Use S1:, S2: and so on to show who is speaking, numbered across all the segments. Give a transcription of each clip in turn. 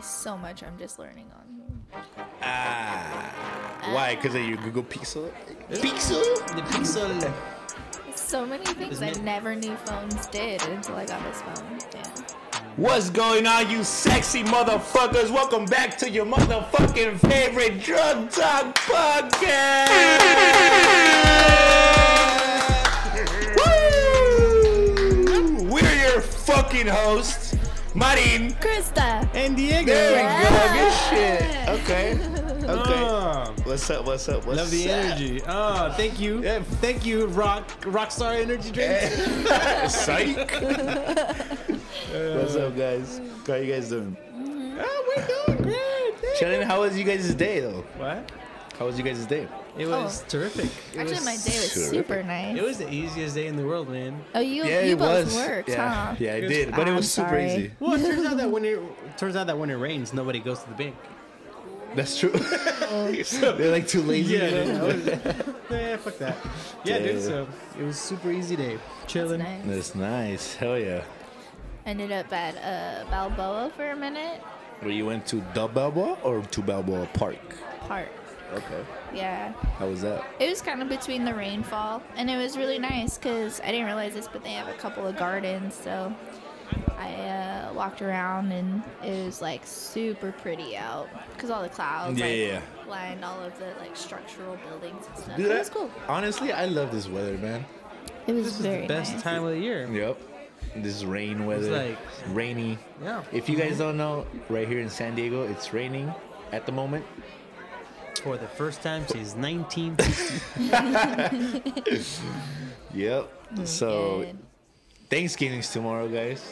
S1: so much I'm just learning on here.
S2: Ah, why? Because of your Google Pixel? Pixel?
S3: The Pixel.
S1: There's So many things I
S3: Isn't it-
S1: never knew phones did until I got this phone. Yeah.
S2: What's going on, you sexy motherfuckers? Welcome back to your motherfucking favorite Drug Talk podcast. Woo! We're your fucking hosts, Martin.
S1: Krista!
S3: And Diego.
S2: There we go. Good
S1: Yeah.
S2: shit. Okay. Okay.
S3: Ah,
S2: What's up? What's up? What's
S3: love the
S2: up?
S3: energy. Oh, thank you.
S2: Yeah.
S3: Thank you, Rock Rockstar Energy Drinks.
S2: Psych. What's up, guys? How you guys doing?
S3: oh, we're doing great. Thank-
S2: Shannon, how was you guys' day though?
S3: What?
S2: How was you guys' day?
S3: It was terrific. Oh. It
S1: Actually,
S3: was,
S1: my day was
S2: sure.
S1: super nice.
S3: It was the easiest day in the world, man.
S1: oh, you, you both worked,
S2: yeah,
S1: huh?
S2: yeah, I
S3: It was-
S2: did, but it
S1: I'm
S2: was super
S1: sorry.
S2: easy.
S3: Well, it turns out that when it turns out that when it rains, nobody goes to the bank.
S2: That's true. They're like too lazy. you know?
S3: dude, I was- yeah, fuck that. Yeah,
S2: Yeah.
S3: dude. So it was super easy day, chilling.
S1: Nice.
S2: That's nice. Hell yeah.
S1: Ended up at uh, Balboa for a minute.
S2: Well, you went to the Balboa or to Balboa Park?
S1: Park.
S2: Okay.
S1: Yeah.
S2: How was that?
S1: It was kind of between the rainfall, and it was really nice because I didn't realize this, but they have a couple of gardens. So I uh, walked around, and it was like super pretty out because all the clouds
S2: Yeah,
S1: like,
S2: yeah,
S1: lined all of the like structural buildings and stuff. it was cool.
S2: Honestly, I love this weather, man.
S1: It was
S3: This is
S1: very
S3: the best
S1: nice.
S3: time of the year.
S2: Yep. This rain weather.
S3: like-
S2: rainy.
S3: Yeah.
S2: If you guys
S1: Mm-hmm.
S2: don't know, right here in San Diego, it's raining at the moment.
S3: For the first time since 19.
S2: Yep.
S1: Mm,
S2: So
S1: Good.
S2: Thanksgiving's tomorrow, guys.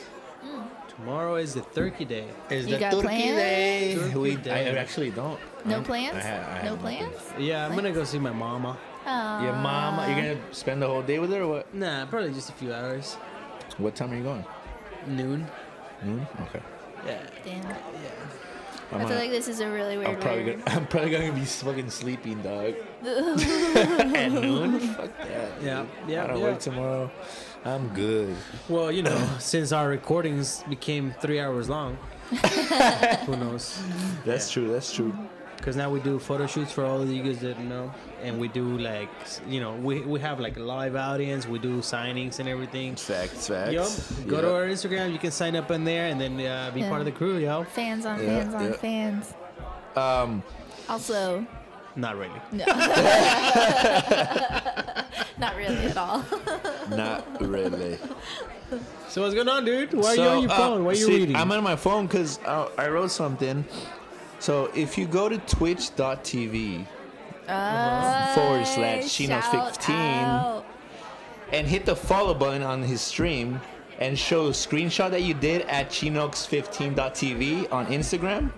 S3: Tomorrow is the turkey day.
S2: Is
S1: You got plans?
S2: day?
S3: Turkey
S2: we,
S3: day.
S2: I actually don't.
S1: No
S2: I'm-
S1: plans?
S2: I ha- I
S1: no
S2: have
S1: plans? Uh,
S3: Yeah, I'm gonna go see my mama.
S1: Aw.
S2: Your mom, you're gonna spend the whole day with her, or what?
S3: Nah, probably just a few hours.
S2: What time are you going?
S3: Noon.
S2: Noon. Okay.
S3: Yeah.
S1: Damn.
S2: I'm,
S1: I
S2: gonna-
S1: feel like this is a really weird.
S2: I'm probably
S1: word.
S2: gonna, I'm probably gonna be fucking sleeping, dog. At noon. Fuck that.
S3: Yeah,
S2: dude.
S3: yeah,
S2: I don't
S3: yeah.
S2: work tomorrow. I'm good.
S3: Well, you know, since our recordings became three hours long, who knows?
S2: That's true. That's true.
S3: Because now we do photo shoots for all of you guys that didn't know, and we do like, s- you know, we we have like a live audience. We do signings and everything.
S2: Facts. Facts.
S3: Yup. Go
S2: Yup.
S3: to our Instagram. You can sign up in there and then uh, be part of the crew, yo.
S1: Fans on
S2: Yeah,
S1: fans on
S2: yeah.
S1: fans.
S2: Um.
S1: Also,
S3: Not really.
S1: no. Not really at all.
S2: Not really.
S3: So what's going on, dude? Why are you on your
S2: uh,
S3: phone? Why are you
S2: see,
S3: reading?
S2: I'm on my phone because I, I wrote something. So if you go to twitch.tv forward slash
S1: Uh, Shout
S2: Chino15
S1: out.
S2: and hit the follow button on his stream and show a screenshot that you did at Chinox15.tv on Instagram,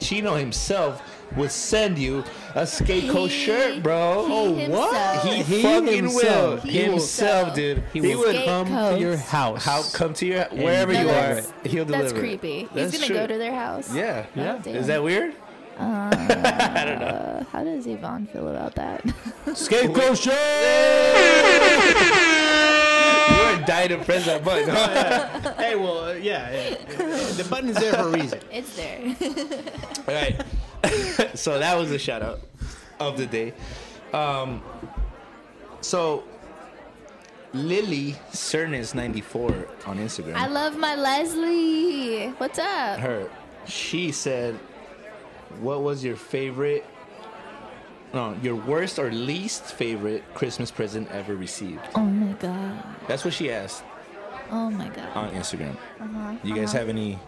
S2: Chino himself will send you a Skate Co
S1: He-
S2: shirt, bro.
S1: he
S2: oh,
S1: himself.
S2: He,
S3: He
S2: fucking
S3: himself.
S2: will.
S1: He
S2: himself,
S1: will-
S2: dude.
S3: he
S2: He
S3: will
S2: would
S1: Skate
S3: come to your
S1: coast.
S3: house.
S2: how come to your wherever
S3: No,
S2: you are,
S1: that's-
S2: he'll deliver.
S1: That's
S2: it.
S1: creepy.
S2: That's
S1: He's gonna
S2: true.
S1: go to their house. Oh,
S2: Yeah,
S1: Yeah.
S2: Is that weird?
S1: Uh, how does Yvonne feel about that?
S3: Scapegoat
S2: You're dying to press that button. huh?
S3: Hey, well, uh, yeah, yeah, yeah. The button's there for a reason.
S1: it's there.
S2: All right. so that was the shout out of the day. Um, so Lily Cernis94 on Instagram.
S1: I love my Leslie. What's up?
S2: her. She said, "What was your favorite? No, your worst or least favorite Christmas present ever received."
S1: Oh my god.
S2: That's what she asked
S1: Oh my god.
S2: on Instagram.
S1: Uh-huh.
S2: You guys
S1: uh-huh.
S2: have any?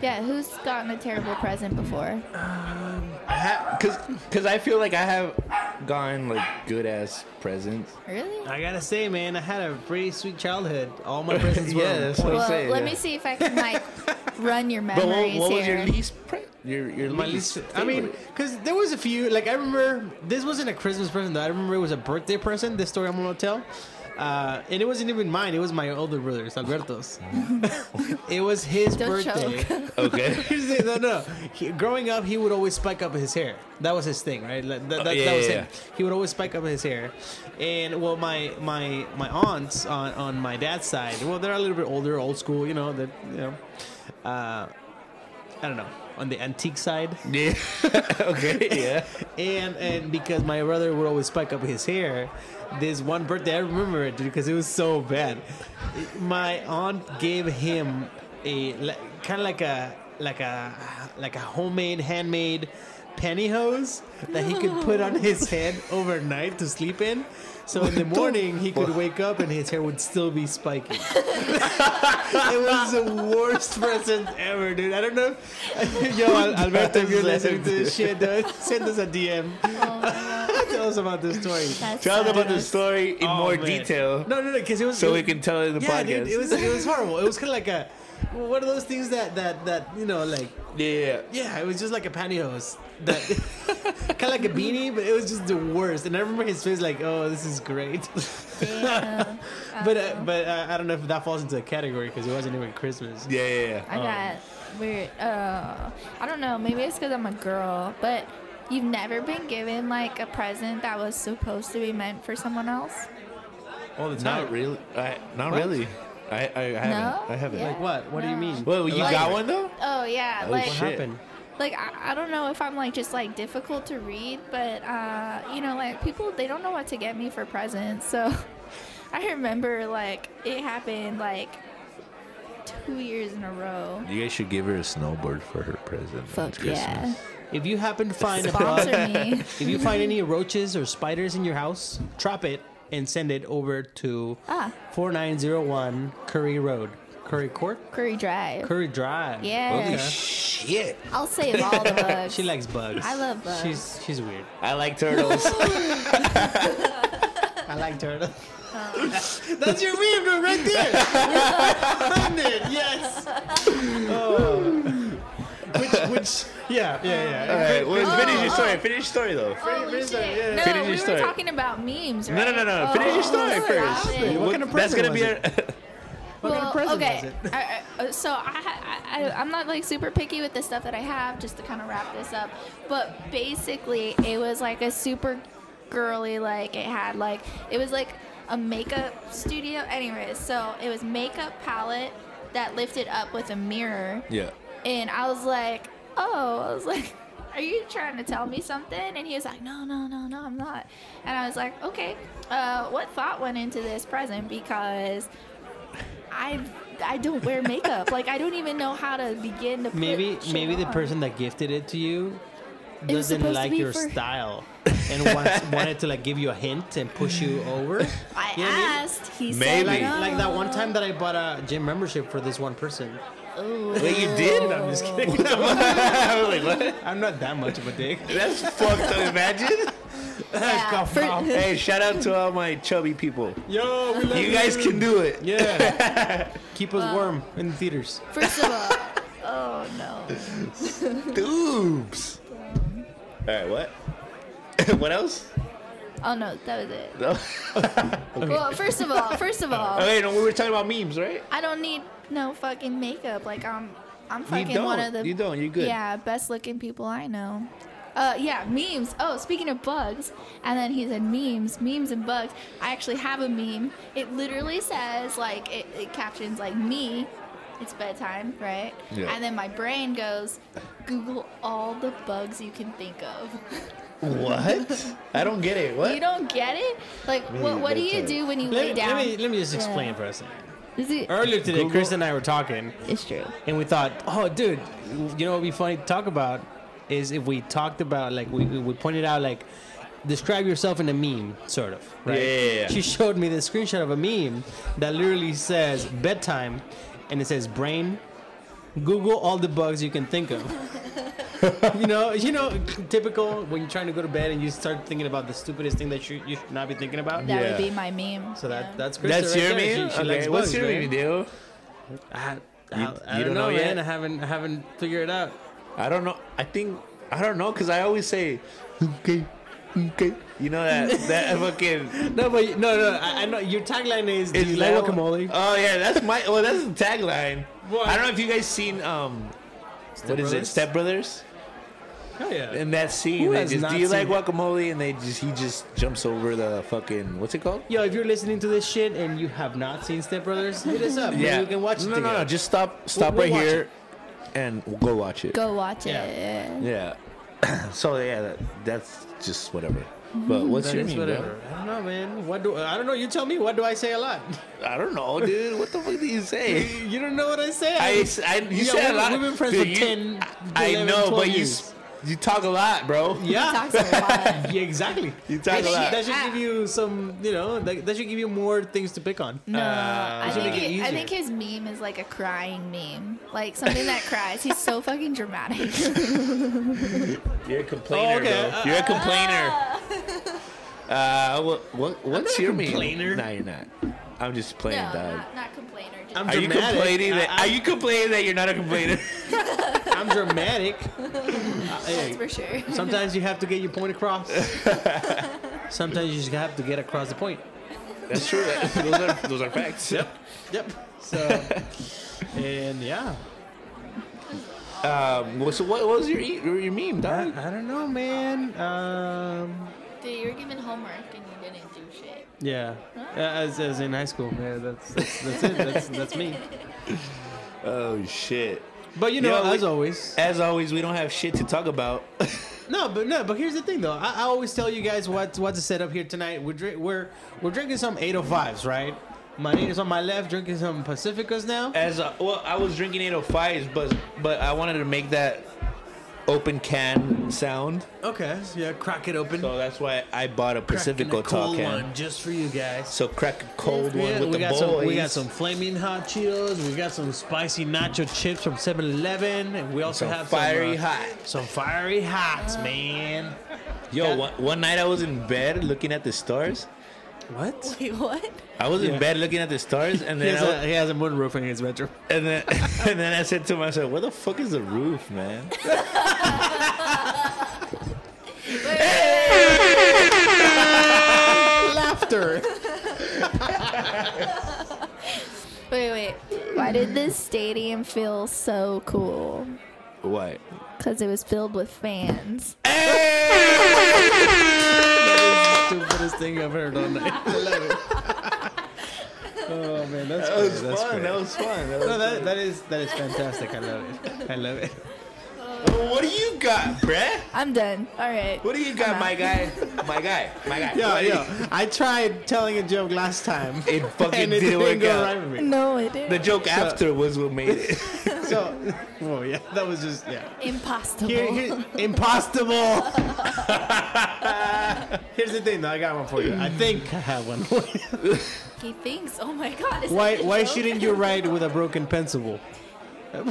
S1: Yeah. Who's gotten a terrible present before?
S2: Cause, cause I feel like I have gotten like good ass presents.
S1: Really?
S3: I gotta say, man, I had a pretty sweet childhood. All my presents were.
S2: Yeah,
S3: on
S2: that's what
S3: point.
S2: I'm
S1: Well,
S2: saying,
S1: let
S2: yeah.
S1: me see if I can like run your
S2: But
S1: memories
S2: what, what was
S1: here.
S2: your least pre- your your
S3: my
S2: least?
S3: least. I mean,
S2: favorite?
S3: because there was a few. Like I remember, this wasn't a Christmas present. Though. I remember it was a birthday present. This story I'm gonna tell, uh, and it wasn't even mine. It was my older brother's Alberto's. it was his
S1: Don't
S3: birthday.
S2: okay.
S3: Here's the thing, no, no. He, growing up, he would always spike up his hair. That was his thing, right? Like, that, that,
S2: Oh, yeah,
S3: that was
S2: yeah,
S3: him. He would always spike up his hair. And well, my my my aunts on on my dad's side, well, they're a little bit older, old school, you know. That you know. Uh, I don't know, on the antique side.
S2: Yeah. okay. Yeah.
S3: And and because my brother would always spike up his hair, this one birthday I remember it dude, because it was so bad. My aunt gave him a kind of like a like a like a homemade handmade pantyhose that he could put on his head overnight to sleep in. So in the morning he could wake up and his hair would still be spiky. it was the worst present ever, dude. I don't know. If, yo, Al- Alberto, if you're listening to this shit, dude, send us a DM.
S1: Oh,
S3: Tell us about this story.
S1: That's
S2: Tell us
S1: sad.
S2: about the story in
S3: Oh,
S2: more
S3: man.
S2: detail,
S3: No, no, no, because it was
S2: so
S3: it
S2: we
S3: was-
S2: can tell in the
S3: yeah,
S2: podcast.
S3: dude, it was it was horrible. It was kind of like a one of those things that that that you know like
S2: yeah.
S3: yeah, it was just like a pantyhose that kind of like a beanie, but it was just the worst. And I remember his face like, oh, this is great.
S1: Damn. Uh-huh.
S3: But uh, but uh, I don't know if that falls into a category because it wasn't even Christmas.
S2: Yeah. Yeah. yeah.
S1: I got weird. Uh, I don't know. Maybe it's because I'm a girl, but you've never been given like a present that was supposed to be meant for someone else.
S3: All the time.
S2: Not really. I, not
S3: What?
S2: really. I, I haven't.
S1: No?
S2: I haven't.
S1: Yeah.
S3: Like what? What do you
S1: No.
S3: mean?
S2: Well, you got
S3: Elaborate.
S2: one though.
S1: Oh yeah,
S2: Oh,
S1: like
S3: What
S2: Shit.
S3: happened?
S1: like I, I don't know if I'm like just like difficult to read, but uh, you know, like people they don't know what to get me for presents. So I remember like it happened like two years in a row.
S2: You guys should give her a snowboard for her present.
S1: Fuck yeah,
S3: If you happen to find a bug,
S1: sponsor me.
S3: if you find any roaches or spiders in your house, trap it and send it over to
S1: Ah.
S3: 4901 Curry Road, Curry Court,
S1: Curry Drive.
S3: Curry Drive.
S1: yeah,
S2: Holy shit!
S1: I'll save all the bugs.
S3: She likes bugs.
S1: I love bugs.
S3: She's she's weird.
S2: I like turtles.
S3: I like turtles. That's your meme dude, right there. We found it. Yes. Oh. Which, which, yeah, yeah, yeah.
S2: All right, well,
S1: Oh,
S2: finish your
S1: oh.
S2: story. Finish your story though.
S1: Holy
S3: Finish that,
S1: shit.
S3: yeah.
S1: No,
S2: Finish your
S1: we were
S2: story.
S1: talking about memes, right?
S2: No, no, no, no.
S1: Oh,
S2: Finish your story
S1: stop
S2: first.
S1: it.
S3: What kind of
S2: That's
S3: present
S2: gonna be
S3: was
S2: our.
S3: What kind
S1: well,
S3: of present
S1: okay.
S3: was it?
S1: I, I, uh, so I, I, I, I'm not like super picky with the stuff that I have, just to kind of wrap this up. But basically, it was like a super girly, like it had like it was like a makeup studio. Anyways, so it was makeup palette that lifted up with a mirror.
S2: yeah.
S1: And I was like, oh, I was like, are you trying to tell me something? And he was like, no, no, no, no, I'm not. And I was like, okay, uh, what thought went into this present? Because I I don't wear makeup. like, I don't even know how to begin to put
S3: Maybe,
S1: shit
S3: maybe the
S1: on.
S3: person that gifted it to you
S1: It was supposed
S3: doesn't
S1: to
S3: like
S1: be
S3: your
S1: for-
S3: style and wants, wanted to like give you a hint and push you over.
S1: I
S3: You know what I mean?
S1: asked. He
S2: Maybe.
S1: said,
S3: Like,
S1: no.
S3: like that one time that I bought a gym membership for this one person.
S1: Ooh.
S2: Wait, you did?
S3: I'm just kidding.
S2: I was like, what?
S3: I'm not that much of a dick.
S2: That's fucked up. Imagine.
S1: Yeah, for-
S2: hey, shout out to all my chubby people.
S3: Yo, we love
S2: You guys can do it.
S3: Yeah. Keep us warm in the theaters.
S1: First of all, oh no.
S2: Oops. All right, what? what else?
S1: Oh no, that was it.
S2: No.
S1: Well, first of all, first of all.
S2: Okay, no, we were talking about memes, right?
S1: I don't need no fucking makeup. Like I'm, I'm fucking
S2: don't.
S1: one of the.
S2: You don't. You're good.
S1: Yeah, best looking people I know. Uh, yeah, memes. Oh, speaking of bugs, and then he said memes, memes and bugs. I actually have a meme. It literally says like it, it captions like me. It's bedtime, right?
S2: Yeah.
S1: And then my brain goes, Google all the bugs you can think of.
S2: What? I don't get it.
S1: You
S2: What?
S1: don't get it? Like, what, what do you
S2: bedtime.
S1: do when you lay
S3: Let me,
S1: down?
S3: let me let me just explain
S1: Yeah.
S3: for a second.
S1: Is it?
S3: Earlier today,
S2: Google-
S3: Chris and I were talking,
S1: It's true.
S3: and we thought, oh, dude, you know what would be funny to talk about is if we talked about like we, we pointed out like describe yourself in a meme, sort of. Right?
S2: Yeah, yeah, yeah.
S3: She showed me the screenshot of a meme that literally says bedtime, and it says brain. Google all the bugs you can think of. you know, you know, typical when you're trying to go to bed and you start thinking about the stupidest thing that you, you should not be thinking about.
S1: That
S2: Yeah.
S1: would be my meme.
S3: So that
S1: yeah.
S3: that's Krista
S2: That's
S3: right
S2: your
S3: there.
S2: meme.
S3: She, she
S2: okay,
S3: likes
S2: what's
S3: bugs,
S2: your
S3: right?
S2: meme, dude?
S3: I, I,
S2: You-
S3: I
S2: you
S3: don't,
S2: don't
S3: know,
S2: know
S3: man.
S2: yet?
S3: I haven't I haven't figured it out.
S2: I don't know. I think I don't know because I always say, okay, okay. You know that that fucking.
S3: No, but no, no. I, I know your tagline is "Do
S2: it's
S3: you like
S2: that-
S3: guacamole?"
S2: Oh yeah, that's my. Well, that's the tagline.
S3: What?
S2: I don't know if you guys seen um, what is it,
S3: Brothers?
S2: Step Brothers?
S3: Hell yeah.
S2: In that scene,
S3: Who
S2: they
S3: has
S2: just
S3: not
S2: do you like
S3: seen it?
S2: guacamole? And they just he just jumps over the fucking what's it called?
S3: Yo, if you're listening to this shit and you have not seen Step Brothers, hit us up. Maybe we can watch it
S2: no, no,
S3: together.
S2: no. Just stop. Stop
S3: we'll
S2: right
S3: watch
S2: here. and go watch it.
S1: Go watch
S3: Yeah.
S1: it.
S3: Uh,
S2: Yeah. so yeah, that, that's just whatever. Mm-hmm. But what's
S3: That
S2: your
S3: is
S2: name,
S3: whatever. I don't know, man. What do I don't know? You tell me. What do I say a lot?
S2: bro? I don't know, dude. What the fuck do you say?
S3: you don't know what I say.
S2: I, I you
S3: Yeah,
S2: said
S3: we've-
S2: a lot.
S3: We've been friends
S2: dude,
S3: for
S2: you-
S3: ten.
S2: I
S3: 11,
S2: know,
S3: 12
S2: but you
S3: years.
S2: s- you talk a lot, bro.
S1: He
S3: yeah.
S1: talks a lot. uh,
S3: yeah, exactly.
S2: You talk
S3: that
S2: a lot.
S3: Should, that should give you some, you know, that, that should give you more things to pick on.
S1: No, I,
S3: should
S1: think
S3: make it
S1: it- I
S3: easier.
S1: think his meme is like a crying meme, like something that cries. He's so fucking dramatic.
S2: You're a complainer,
S3: Oh, okay.
S2: bro. You're a complainer. Uh, what, what what's
S3: not a
S2: your meme?
S3: complainer.
S2: No, you're not. I'm just
S1: no,
S2: playing, dog.
S1: not, not complainer. Just
S3: I'm
S2: Are you
S3: Dramatic.
S2: complaining
S3: I-
S2: that?
S3: I-
S2: are you complaining that you're not a complainer?
S3: I'm dramatic. Uh, hey,
S1: that's for sure.
S3: sometimes you have to get your point across. sometimes you just have to get across the point.
S2: That's true. those are those are facts. Yep.
S3: Yep. So, and yeah,
S2: Um. well, So what, what was your e- your your meme,
S3: I,
S2: dog?
S3: I don't know, man. Um,
S1: Dude, you were given homework and you didn't do shit.
S3: yeah, as, as in high school, yeah, that's that's, that's it. That's that's me.
S2: Oh shit.
S3: But you know,
S2: Yo, we-
S3: as always,
S2: As always, we don't have shit to talk about.
S3: No, but no, but here's the thing though. I, I always tell you guys what what to set up here tonight. We're drink, we're we're drinking some 805s, right? My name is on my left, drinking some Pacificas now.
S2: As a, well, I was drinking 805s, but but I wanted to make that open can sound,
S3: Okay, yeah, crack it open.
S2: so that's why I bought a
S3: Cracking
S2: Pacifico
S3: a cold
S2: tall can.
S3: one just for you guys.
S2: So crack a cold one
S3: Yeah,
S2: with
S3: we
S2: the
S3: got
S2: boys.
S3: some we got some flaming hot Cheetos. We got some spicy nacho chips from 7-Eleven, and we also
S2: Some
S3: have
S2: fiery
S3: some, uh,
S2: hot.
S3: Some fiery hots, man.
S2: Yo, one, one night I was in bed looking at the stars.
S3: What?
S1: Wait, what?
S2: I was
S3: Yeah. uh,
S2: in bed looking at the stars, and
S3: He
S2: then
S3: has,
S2: I was,
S3: a, he has a moonroof in his bedroom.
S2: and then and then I said to myself, "Where the fuck is the roof, man?"
S3: Laughter.
S1: Wait, wait. Why did this stadium feel so cool?
S2: What?
S1: Because it was filled with fans.
S3: That is the stupidest thing I've heard all night. I love it. Oh man, that's
S2: That
S3: great,
S2: was
S3: that's
S2: fun.
S3: great.
S2: That was fun. That was
S3: no, that, that is that is fantastic. I love it. I love it.
S2: fun. What do you got, bruh?
S1: I'm done. All right.
S2: What do you got, my guy? My guy. My guy.
S3: Yo,
S2: What do you-
S3: yo, I tried telling a joke last time.
S2: It fucking
S3: and it
S2: didn't work
S3: go
S2: out.
S3: right with me.
S1: No, it didn't.
S2: The joke after was what made it.
S3: So, well, yeah, that was just yeah.
S1: Impossible.
S3: Here, here, impossible. Here's the thing, though. I got one for you. I think I have one.
S1: he thinks. Oh my god. Is
S3: why
S1: that a
S3: Why
S1: joke?
S3: shouldn't you write with a broken pencil?
S2: Fuck,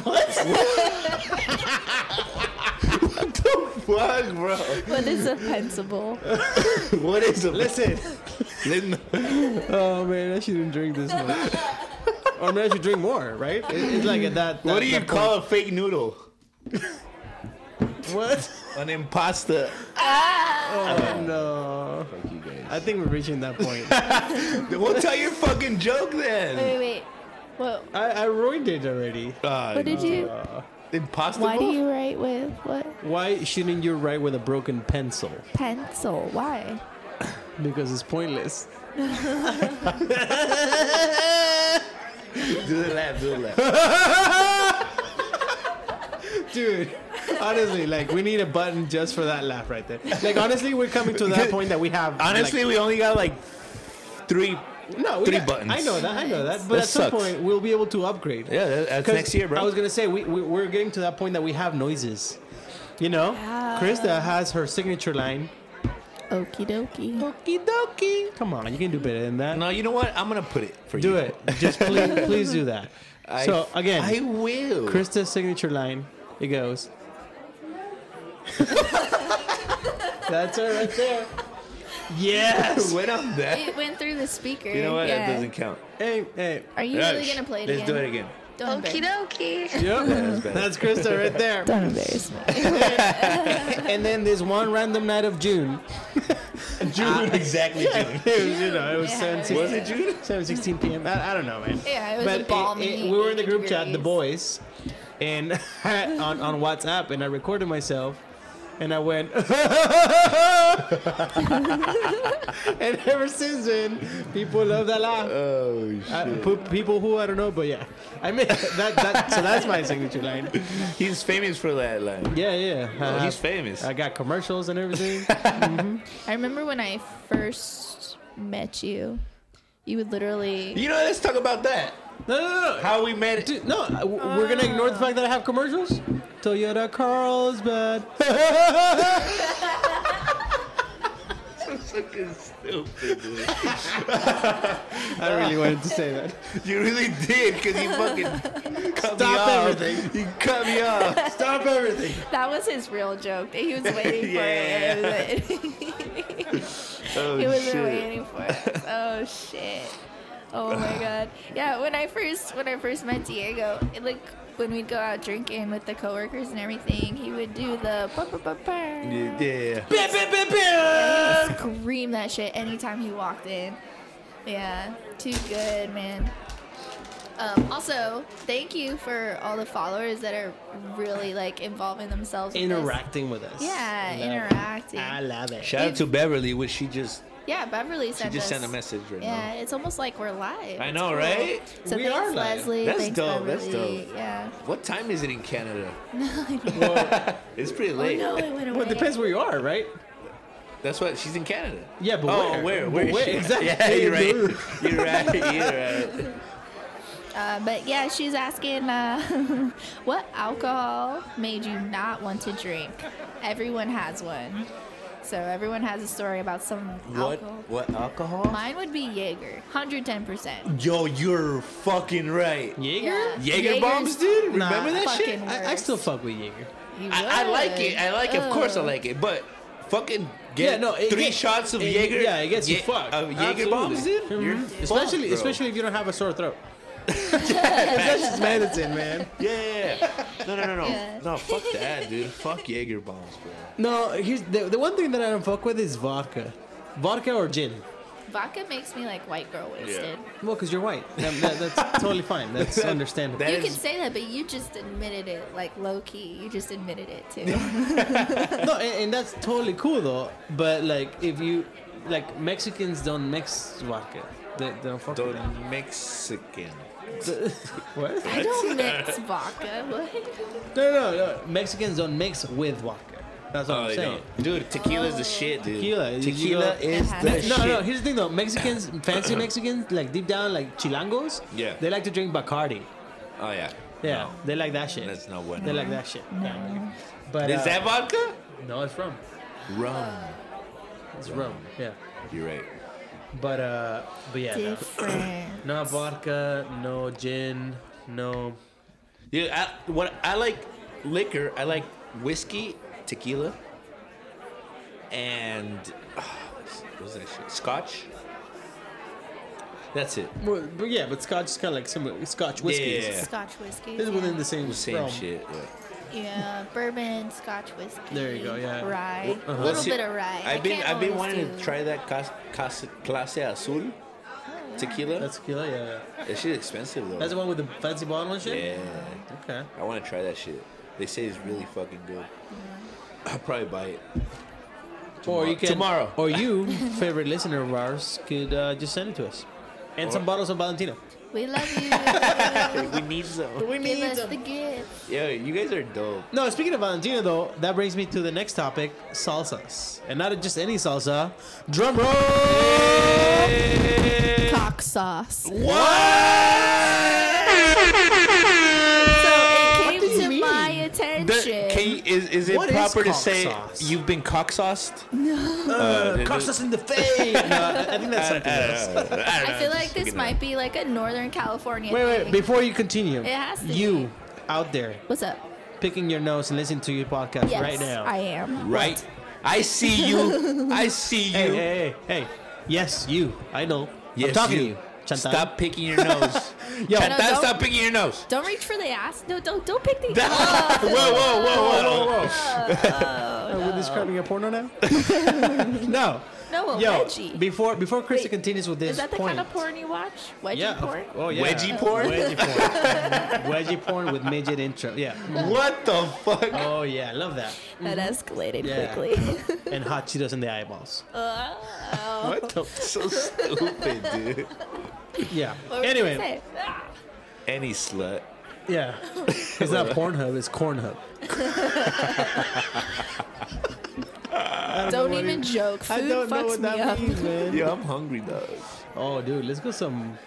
S2: bro.
S1: What is a pencil?
S2: What is it?
S3: Listen.
S2: Listen.
S3: Oh man, I shouldn't drink this much. or maybe I should drink more, right? It- it's like at that.
S2: What
S3: that-
S2: do you
S3: that
S2: call a fake noodle?
S3: point. What?
S2: An impasta.
S3: Oh no! I think we're reaching that point.
S2: We'll tell your fucking joke then.
S1: Wait, wait. What?
S3: I, I ruined it already.
S2: Uh,
S1: What did you?
S2: Impossible.
S1: Why do you write with what
S3: Why shouldn't you write with a broken pencil?
S1: pencil? Why?
S3: Because it's pointless.
S2: do the laugh? Do the laugh.
S3: Dude, honestly, like we need a button just for that laugh right there. Like honestly, we're coming to that point that we have.
S2: Honestly, we only got like three.
S3: like, no, we
S2: three
S3: got-
S2: buttons.
S3: I know that. I know that. But
S2: That
S3: at some
S2: sucks.
S3: point, we'll be able to upgrade.
S2: Yeah, that- that's
S3: 'Cause
S2: next year, bro.
S3: I was gonna say we, we we're getting to that point that we have noises. You know,
S1: Yeah.
S3: Krista has her signature line.
S1: Okie dokie.
S3: Okie dokie. Come on, you can do better than that.
S2: no, you know what? I'm gonna put it for you.
S3: Do it. Just please, please do that.
S2: I-
S3: so again,
S2: I will.
S3: Krista's signature line. It goes. That's her right there. Yes.
S2: went on that.
S1: It went through the speaker.
S2: You know what?
S1: Yeah.
S2: That doesn't count.
S3: hey, hey.
S1: Are you
S2: Yeah,
S1: really
S2: sh-
S1: gonna play it
S2: Let's
S1: again?
S2: do it again.
S1: Don't embarrass,
S4: dokie.
S3: Yep.
S2: That's better.
S3: That's Krista right there.
S1: don't embarrass me.
S3: And then this one random night of June. Uh,
S2: June, exactly June.
S3: It was, you know, it was
S1: Yeah.
S3: 7,
S2: Was it June?
S3: 7 16 p.m. I, I don't know, man.
S1: Yeah, it was
S3: but
S1: a balmy
S3: we were in the
S1: 80
S3: group chat, the
S1: degrees.
S3: boys, and on on WhatsApp, and I recorded myself and I went. and ever since then, people love that laugh.
S2: Oh shit!
S3: Uh, p- people who I don't know, but yeah, I mean that, that. So that's my signature line.
S2: he's famous for that line.
S3: Yeah, yeah.
S2: Oh,
S3: Uh,
S2: he's famous.
S3: I got commercials and everything.
S1: I remember when I first met you, you would literally.
S2: You know, let's talk about that.
S3: No, no, no, no.
S2: How we met.
S3: Dude, no, I- w- we're gonna ignore the fact that I have commercials. Toyota Carlsbad.
S2: Fucking stupid, dude.
S3: I really wanted to say that.
S2: You really did, because you fucking cut me
S3: Stop
S2: off.
S3: everything.
S2: You cut me off.
S3: Stop everything.
S1: That was his real joke. He was waiting for it. It was-
S2: Oh,
S1: He wasn't
S2: shit.
S1: waiting for us. Oh shit. Oh my god. Yeah, when I first when I first met Diego, it, like when we'd go out drinking with the coworkers and everything, he would do the ba ba ba ba
S2: Yeah, yeah.
S3: Bip, bip, bip, bip.
S1: scream that shit anytime he walked in. Yeah, too good, man. Um, also, thank you for all the followers that are really like involving themselves. with us.
S3: Interacting with us.
S1: Yeah,
S3: Love it.
S1: interacting.
S3: I love it.
S2: Shout out to Beverly, which she just
S1: Yeah, Beverly
S2: she
S1: sent
S2: just
S1: us.
S2: sent a message right
S1: Yeah, it's almost like we're live.
S2: I
S1: It's
S2: know,
S1: cool.
S2: right?
S1: So
S3: We
S1: thanks,
S3: are live.
S1: Leslie.
S2: That's
S1: thanks,
S2: dope, that's
S1: Beverly.
S2: dope.
S1: Yeah.
S2: now. What time is it in Canada?
S3: Well,
S2: It's pretty
S1: Oh
S2: late.
S1: no, it went away.
S3: well, it depends where you are, right?
S2: That's what she's in Canada.
S3: Yeah, but
S2: oh, where? Where?
S3: where? But
S2: is
S3: where?
S2: she?
S3: Exactly.
S2: Yeah, you're right. You're right. You're right.
S1: Uh, but yeah, she's asking, uh, what alcohol made you not want to drink? Everyone has one. So everyone has a story about some
S2: What?
S1: alcohol.
S2: What alcohol?
S1: Mine would be Jaeger, 110%.
S2: Yo, you're fucking right.
S3: Jaeger?
S1: Yeah.
S2: Jaeger
S1: Jaeger's
S2: bombs, dude.
S3: Nah.
S2: Remember that shit?
S1: fucking
S3: I, I
S1: worse.
S3: still fuck with Jaeger.
S1: You
S2: I, I like
S1: would.
S2: it. I like. it. Of course, I
S1: Ugh.
S2: like it. But fucking get
S3: Uh. Yeah, no, it
S2: three
S3: get-
S2: shots of
S3: it-
S2: Jaeger.
S3: Yeah, it gets you
S2: Ye-
S3: fucked.
S2: Of Jaeger
S3: Absolutely.
S2: bombs, dude.
S3: Mhm.
S2: You're
S3: especially,
S2: fucked, bro.
S3: especially if you don't have a sore throat. That's just medicine, man.
S2: Yeah, yeah, yeah. No, no, no, no.
S1: Yeah.
S2: No, fuck that, dude. Fuck Jaeger bombs, bro.
S3: No, here's the, the one thing that I don't fuck with is vodka, vodka or gin.
S1: Vodka makes me like white girl wasted.
S3: Well, because you're white. That- that- that's totally fine. That's understandable.
S2: That
S1: You can
S2: is-
S1: say that, but you just admitted it, like low key. You just admitted it too.
S3: no, and, and that's totally cool though. But like, if you like Mexicans don't mix vodka. They, they don't fuck with it.
S2: Don't Mexican.
S3: What?
S1: I don't mix vodka. What?
S3: No, no, no. Mexicans don't mix with vodka. That's
S2: Oh,
S3: what I'm saying.
S2: Dude, tequila's the shit, dude.
S3: Tequila, you-
S2: Tequila
S3: you-
S2: is
S1: It
S2: the
S1: has-
S2: shit. Uh-huh.
S3: No, no. Here's the thing, though. Mexicans, fancy Mexicans, like deep down, like Chilangos.
S2: Yeah.
S3: They like to drink Bacardi.
S2: Oh, yeah.
S3: Yeah,
S2: No,
S3: they like that shit.
S2: that's not what.
S3: they like that shit. Yeah. But
S2: Is
S3: uh,
S2: that vodka?
S3: no? It's rum.
S2: Rum.
S3: It's rum. Yeah.
S2: You're right.
S3: But uh, but yeah. No.
S1: Different.
S3: No vodka, no gin, no.
S2: Dude, I, what I like liquor. I like whiskey, tequila, and ah, what's, what's that shit? Scotch. That's it.
S3: Well, but yeah, but Scotch is kind of like similar. Scotch whiskey.
S2: Yeah,
S3: is-
S2: yeah, yeah.
S1: Scotch whiskey.
S3: This is within the same.
S2: Same
S3: realm.
S2: shit. yeah. Uh-huh.
S1: Yeah, bourbon, Scotch whiskey.
S3: There you go, yeah.
S1: Rye, a
S2: What's
S1: little
S2: it-
S1: bit of rye. I
S2: I've been
S1: can't
S2: I've been
S1: always
S2: wanting
S1: do-
S2: to try that cas, cas, clase azul
S1: Oh,
S2: tequila.
S3: That's tequila. Yeah, yeah.
S2: that shit expensive though.
S3: That's the one with the fancy bottle and shit.
S2: yeah,
S3: Okay.
S2: I want to try that shit. They say it's really fucking good.
S1: Mm-hmm.
S2: I'll probably buy it.
S3: Or you can
S2: Tomorrow.
S3: Or you, favorite listener of ours, could uh, just send it to us, and some bottles of Valentino.
S1: We love you.
S2: we need some.
S3: We
S1: Give us the gift.
S2: Yo, you guys are dope.
S3: No, speaking of Valentino, though, that brings me to the next topic: salsas, and not just any salsa. Drum roll!
S1: Cock sauce.
S2: What?
S1: So it
S3: do you
S1: came to
S3: mean?
S1: my
S2: The-
S1: attention.
S2: can you- is, is it
S3: What is
S2: proper to
S3: cock
S2: say
S3: sauce?
S2: you've been cock sauced?
S3: Uh, Cuffs us in the face. no, I I think that's something else.
S1: I feel like this might be like a Northern California.
S3: Wait, wait.
S1: thing.
S3: Before you continue,
S1: It has to
S3: you
S1: be.
S3: out there
S1: What's up?
S3: picking your nose and listening to your podcast
S1: Yes,
S3: right now.
S1: I am.
S2: Right. I see you. I see you.
S3: hey, hey, hey, hey. Yes, you. I know.
S2: Yes,
S3: I'm talking to you. Chantal.
S2: Stop picking your nose.
S3: Yo,
S1: No,
S2: Chantal,
S1: don't-
S2: stop picking your nose.
S1: Don't reach for the ass. No, don't don't pick Oh, the.
S2: whoa, whoa, whoa,
S3: Oh,
S2: whoa, whoa, whoa.
S3: Are we describing a porno now? no.
S1: No, Oh, a
S3: Yo,
S1: wedgie.
S3: before before Krista
S1: Wait,
S3: continues with this
S1: Is that the
S3: point,
S1: kind of porn you watch? Wedgie
S3: yeah, of-
S1: porn?
S3: oh yeah,
S2: Wedgie porn?
S3: wedgie porn, wedgie porn with midget intro, yeah.
S2: What the fuck?
S3: Oh yeah, I love that.
S1: That escalated
S3: Mm-hmm. Yeah.
S1: quickly.
S3: And hot Cheetos in the eyeballs.
S1: oh.
S2: What the? So stupid, dude.
S3: Yeah.
S1: What were you gonna
S3: anyway,
S1: say? Ah.
S2: Any slut.
S3: yeah, it's not Pornhub, it's Cornhub.
S1: Don't even joke. Food fucks me up.
S3: man.
S2: Yeah, I'm hungry, dog.
S3: Oh, dude, let's go some.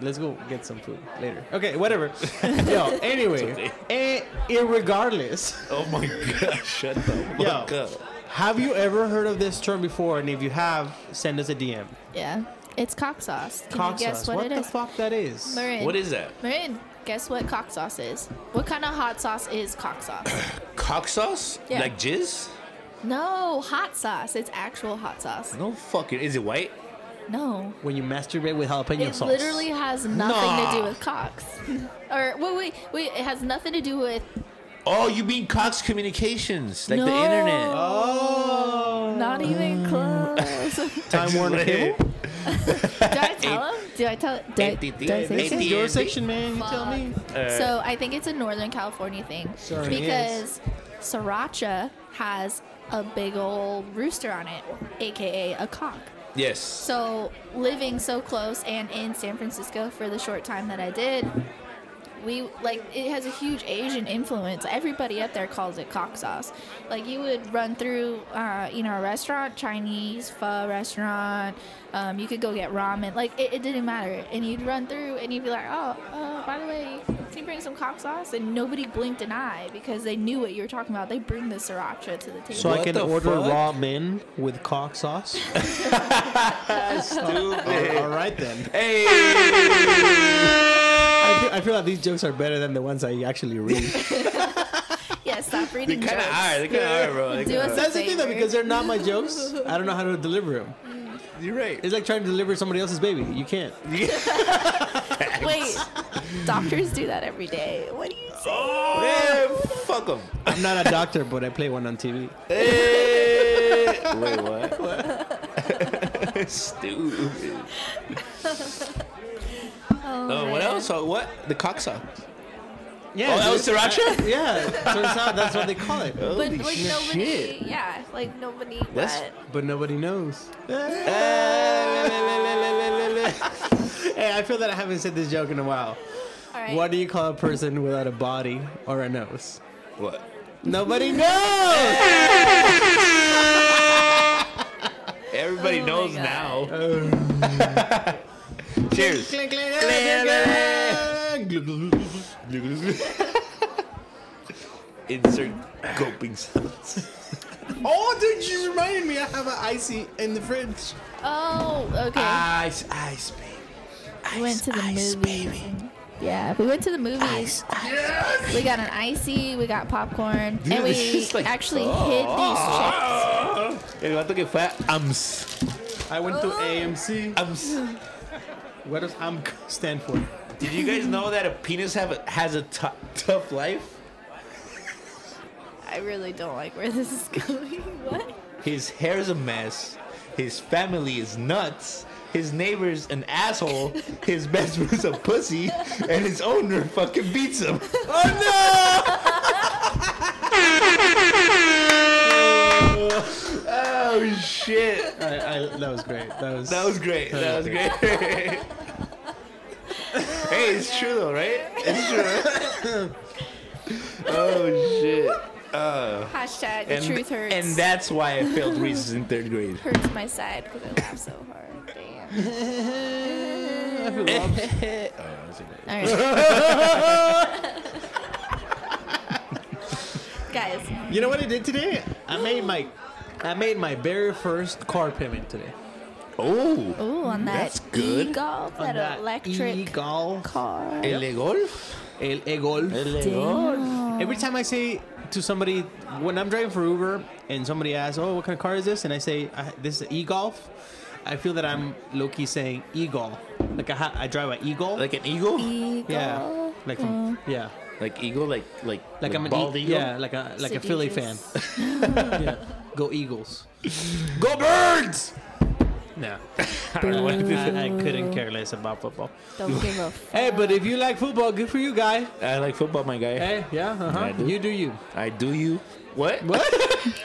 S3: Let's go get some food later. Okay, whatever. Yo, anyway, eh, irregardless,
S2: Oh my god, shut the fuck
S3: Yo.
S2: up.
S3: have you ever heard of this term before? And if you have, send us a DM.
S1: Yeah. It's cock sauce. Can
S3: Cock
S1: you guess
S3: sauce.
S1: what,
S3: What
S1: it
S3: the
S1: is?
S3: fuck that is?
S1: Marin.
S2: What is that?
S1: Marin, guess what cock sauce is? What kind of hot sauce is cock sauce?
S2: Cock sauce?
S1: Yeah.
S2: Like jizz?
S1: no, hot sauce. It's actual hot sauce.
S2: No fucking. Is it white?
S1: No.
S3: When you masturbate with jalapeno
S1: it
S3: sauce.
S1: literally has nothing to do
S2: Nah.
S1: with cocks. or wait, wait, wait. It has nothing to do with
S2: Oh, you mean Cox Communications, like the
S1: No.
S2: internet.
S3: Oh.
S1: not even close.
S3: Time Warner Cable.
S1: Did I tell him? Did I tell? Did, I- did I say
S3: This
S1: so?
S3: is your section, man. You tell me.
S1: So I think it's a Northern California thing
S3: Sure is.
S1: because sriracha has a big old rooster on it, aka a cock.
S2: Yes.
S1: So living so close and in San Francisco for the short time that I did, we like it has a huge Asian influence. Everybody up there calls it cock sauce. Like you would run through, uh, you know, a restaurant, Chinese pho restaurant. Um, you could go get ramen. Like it, it didn't matter, and you'd run through, and you'd be like, oh, uh, by the way, can you bring some cock sauce? And nobody blinked an eye because they knew what you were talking about. They bring the sriracha to the table.
S3: So I
S2: What
S3: can
S2: the
S3: order
S2: fuck?
S3: raw men with cock sauce. All- all right then.
S2: Hey,
S3: I feel, I feel like these jokes are better than the ones I actually read.
S1: yeah, stop
S2: they
S1: reading
S2: kind of
S1: jokes.
S2: are. They kind of are, bro. They
S1: Do
S2: kinda
S1: us a
S2: are.
S3: That's the thing though,
S1: favor.
S3: because they're not my jokes. I don't know how to deliver them.
S2: You're right.
S3: It's like trying to deliver somebody else's baby. You can't.
S1: Wait, doctors do that every day. What do you say?
S2: Oh, man, fuck them.
S3: I'm not a doctor, but I play one on TV.
S2: Hey. Wait, what? what? Stupid. Oh, what else? Oh, what? The cock sauce.
S3: Yeah.
S2: Oh, that was
S3: dude.
S2: sriracha?
S3: I- yeah. Turns out that's what they call it.
S1: But
S2: Holy
S1: like
S2: shit.
S1: nobody, yeah, like nobody.
S2: That's-
S1: But
S3: But nobody knows. Eh.
S2: Eh, Ah,
S3: Hey, I feel that I haven't said this joke in a while.
S1: all right.
S3: What do you call a person without a body or a nose?
S2: What?
S3: Nobody knows.
S2: Everybody
S1: Oh my
S2: knows
S1: God.
S2: now. Cheers.
S3: Clink, clink,
S2: Insert coping sounds.
S3: Oh, dude, you just reminded me. I have an icy in the fridge.
S1: oh, okay.
S2: Ice, ice, baby.
S1: we went to the
S2: ice,
S1: movies.
S2: baby.
S1: and- yeah, we went to the movies. We got an icy, we got popcorn, and
S2: this
S1: we
S2: shit's like- "Oh."
S1: actually hid these chicks.
S2: El vato que fue a AMS.
S3: I went
S1: Oh.
S3: to AMC.
S2: AMS.
S3: What does AM stand for?
S2: Did you guys know that a penis have a, has a tou- tough life?
S1: I really don't like where this is going. what?
S2: His hair is a mess. His family is nuts. His neighbor's an asshole. His best friend's a pussy. And his owner fucking beats him. Oh no! oh shit.
S3: I, I, that was great. That was.
S2: That was great. That was great. hey, it's true though, right? It's true. oh shit. Uh,
S1: Hashtag the
S2: and,
S1: truth hurts.
S2: and that's why I failed reasons in third grade.
S1: hurts my side because I laugh so hard. Damn. All right. Guys,
S3: You know what I did today? I made my, I made my very first car payment today.
S2: Oh,
S1: Ooh, on that
S2: That's good.
S1: e-golf, that,
S3: On that
S1: electric
S3: e-golf,
S1: car.
S2: el golf.
S3: el e-golf.
S1: Damn.
S3: Every time I say to somebody when I'm driving for Uber and somebody asks, "Oh, what kind of car is this?" and I say, I, "This is e-golf," I feel that I'm low-key saying eagle. Like I, ha- I drive an eagle.
S2: Like an eagle?
S1: E-golf.
S3: yeah, like from, yeah,
S2: Like eagle? Like like
S3: like, I'm an
S2: bald
S3: e-
S2: eagle?
S3: Yeah, like a like a Philly fan.
S1: Sadiges.
S3: yeah. Go Eagles.
S2: Go birds!
S3: No,
S1: Boo.
S3: I, I couldn't care less about football.
S1: Don't give a fuck.
S3: Hey, but if you like football, good for you, guy.
S2: I like football, my guy.
S3: Hey, yeah, uh
S2: I
S3: huh.
S2: do.
S3: You do you.
S2: I do you. What?
S3: What?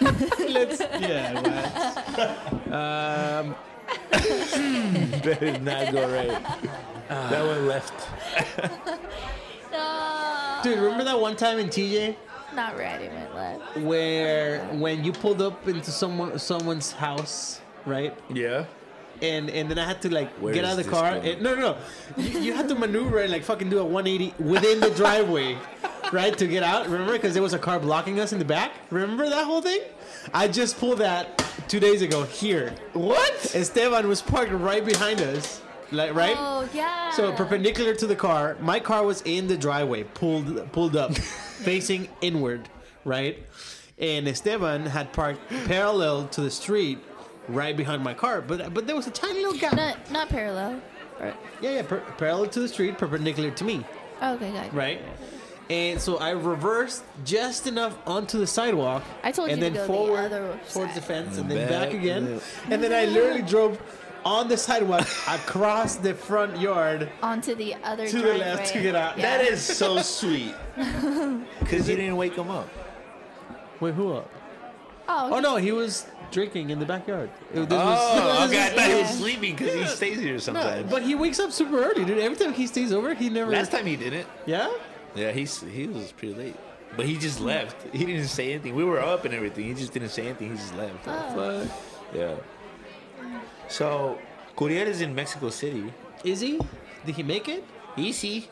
S3: Let's. Yeah. What? Um,
S2: That did not go right.
S3: Ah.
S2: that one left.
S1: No.
S3: dude, remember that one time in TJ
S1: Not right, it went left.
S3: where when you pulled up into someone someone's house, right?
S2: Yeah.
S3: and and then I had to like
S2: Where
S3: get
S2: is
S3: out of
S2: this
S3: the car.
S2: going?
S3: And, no, no, no. You, you had to maneuver and like fucking do a 180 within the driveway, right, to get out. Remember, because there was a car blocking us in the back. Remember that whole thing? I just pulled that two days ago here.
S2: What?
S3: Esteban was parked right behind us, like right.
S1: Oh yeah.
S3: So perpendicular to the car, my car was in the driveway, pulled pulled up, facing inward, right? And Esteban had parked parallel to the street, right behind my car. But but there was a tiny little gap.
S1: Not not parallel. Or,
S3: Yeah, yeah, per- parallel to the street, perpendicular to me,
S1: okay, got it.
S3: right? And so I reversed just enough onto the sidewalk.
S1: I told
S3: and
S1: you to
S3: then
S1: go the
S3: forward
S1: other
S3: towards the
S1: side.
S3: fence, and
S2: And
S3: then
S2: back,
S3: back, again.
S2: and
S3: And then I literally drove on the sidewalk across the front yard.
S1: Onto the other
S3: To the
S1: driveway.
S3: left to get out.
S1: Yeah.
S2: That is so sweet. Because you didn't wake him up.
S3: Wait, who up?
S1: Oh,
S3: Oh no, he was drinking in the backyard. It- this
S2: Oh,
S3: was-
S2: okay. I thought he was
S1: Yeah.
S2: sleeping because he stays here
S3: No,
S2: sometimes.
S3: but he wakes up super early, dude. Every time he stays over, he never.
S2: Last time he didn't.
S3: yeah.
S2: Yeah, he's he was pretty late. But he just left. He didn't say anything. We were up and everything. He just didn't say anything. He just left.
S1: Oh.
S2: Yeah. So, Curiel is in Mexico City.
S3: Is he? Did he make it?
S2: Easy.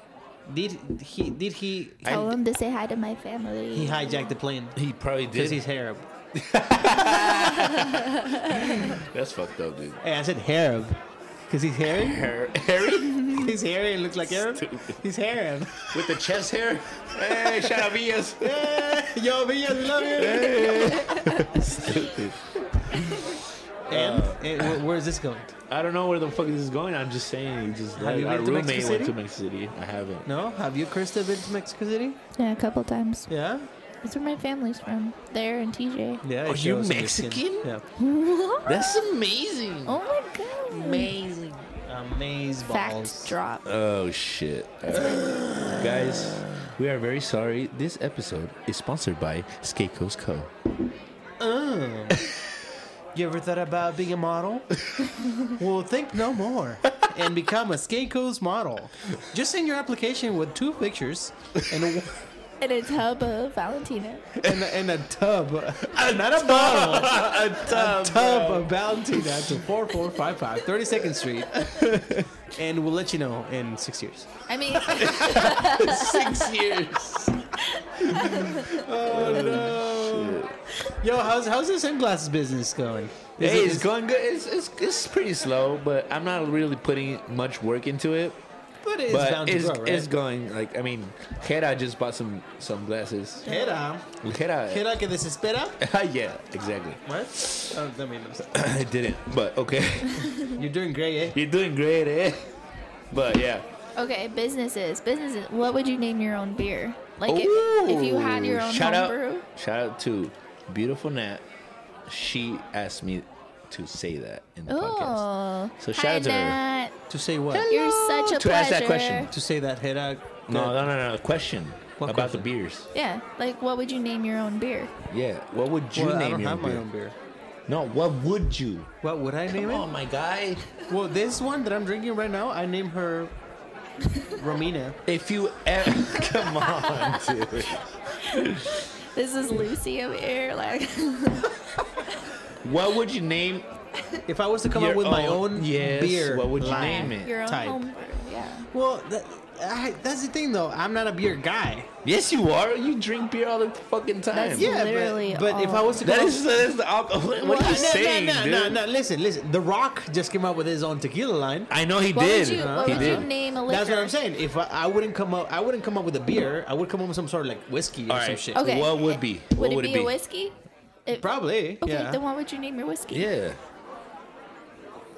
S3: Did he? Did he?
S1: Tell him to say hi to my family.
S3: He hijacked the plane
S2: He probably
S3: because
S2: did.
S3: he's Arab.
S2: That's fucked up, dude.
S3: Hey, I said Arab because he's hairy.
S2: Hair, hairy
S3: he's hairy and looks like Arab.
S2: Stupid.
S3: He's Arab.
S2: with the chest hair. Hey, shout out Villas.
S3: Yo, Villas, love you.
S2: Stupid.
S3: And,
S2: Uh,
S3: and wh- where is this going?
S2: I don't know where the fuck this is going. I'm just saying. He just
S3: Have you
S2: our
S3: been to
S2: roommate
S3: Mexico
S2: went
S3: City?
S2: to Mexico City. I haven't.
S3: No, have you, Krista, been to Mexico City?
S1: yeah, a couple times.
S3: Yeah.
S1: That's where my family's from. There in TJ.
S3: Yeah. it
S2: Are you
S3: shows in your skin.
S2: Mexican?
S3: Yeah.
S2: That's
S3: Hmm.
S2: amazing.
S1: Oh my god.
S2: Amazing.
S3: Amaze
S1: Fact
S3: balls.
S1: drop.
S2: Oh shit. Guys, we are very sorry. This episode is sponsored by Skatecoast Co.
S3: Oh. you ever thought about being a model? well, think no more and become a Skeiko's model. Just send your application with two pictures and a,
S1: And a tub of Valentina.
S3: and a, and a tub,
S2: Uh,
S3: not a bottle,
S2: a tub.
S3: tub of Valentina to 4455 32nd Street. And we'll let you know in six years.
S1: I mean,
S2: Six years.
S3: Oh, Yo, how's how's the sunglasses business going? Is
S2: Hey,
S3: it-
S2: it's going good. It's, it's, it's pretty slow, but I'm not really putting much work into it.
S3: but it's
S2: but
S3: bound
S2: it's,
S3: to grow, right?
S2: it's going. Like, I mean, Hera just bought some some glasses.
S3: Hera,
S2: Hera.
S3: Hera que desespera.
S2: yeah, exactly.
S3: What? Oh, that made no sense.
S2: I didn't, but okay.
S3: You're doing great, eh?
S2: You're doing great, eh? But yeah.
S1: okay, businesses. Businesses. What would you name your own beer? Like
S3: Oh,
S1: if, if you had your
S2: Ooh,
S1: own
S2: shout out,
S1: homebrew.
S2: Shout out to beautiful Nat. She asked me to say that in the podcast.
S1: Oh.
S2: So shout out to her.
S1: Nat.
S3: To say what?
S1: You're such a
S2: To
S1: pleasure.
S2: ask that question.
S3: to say that Hera.
S2: No, no, no, no. Question
S3: What
S2: about
S3: question?
S2: the beers.
S1: Yeah, like what would you name your own beer?
S2: Yeah. What would you
S3: Well, I
S2: name
S3: don't
S2: your
S3: have
S2: beer?
S3: my own beer.
S2: No. What would you?
S3: What would I name
S2: Come on,
S3: it?
S2: my guy.
S3: Well, this one that I'm drinking right now, I name her Romina.
S2: If you ever come on, dude.
S1: This is Lucy over here. Like,
S2: What would you name
S3: If I was to come
S2: your
S3: up with my own
S2: yes,
S3: beer,
S2: What would you
S3: line-
S2: name it?
S1: your own
S3: Type.
S1: homebrew. Yeah.
S3: Well, that, I, that's the thing though. I'm not a beer guy.
S2: Yes, you are. You drink beer all the fucking time.
S1: That's-
S3: Yeah,
S1: Literally
S3: but, but if
S1: all.
S3: I was to
S2: That
S3: come
S2: is
S3: up,
S2: that is the alcohol. What are you
S3: no,
S2: saying,
S3: no, no,
S2: dude?
S3: no, no, Listen, listen. The Rock just came up with his own tequila line.
S2: I know he
S1: What
S2: did.
S1: would you, what
S2: he
S1: would
S2: did.
S1: you name a liquor?
S3: That's what I'm saying. If I, I wouldn't come up, I wouldn't come up with a beer. I would come up with some sort of like whiskey or
S2: All
S3: some
S2: right.
S3: shit.
S1: Okay.
S2: What would be?
S1: Would
S2: What
S1: it
S2: would
S1: be,
S2: it
S1: a
S2: be?
S1: whiskey? It-
S3: Probably.
S1: Okay,
S3: yeah.
S1: then what would you name your whiskey?
S2: Yeah.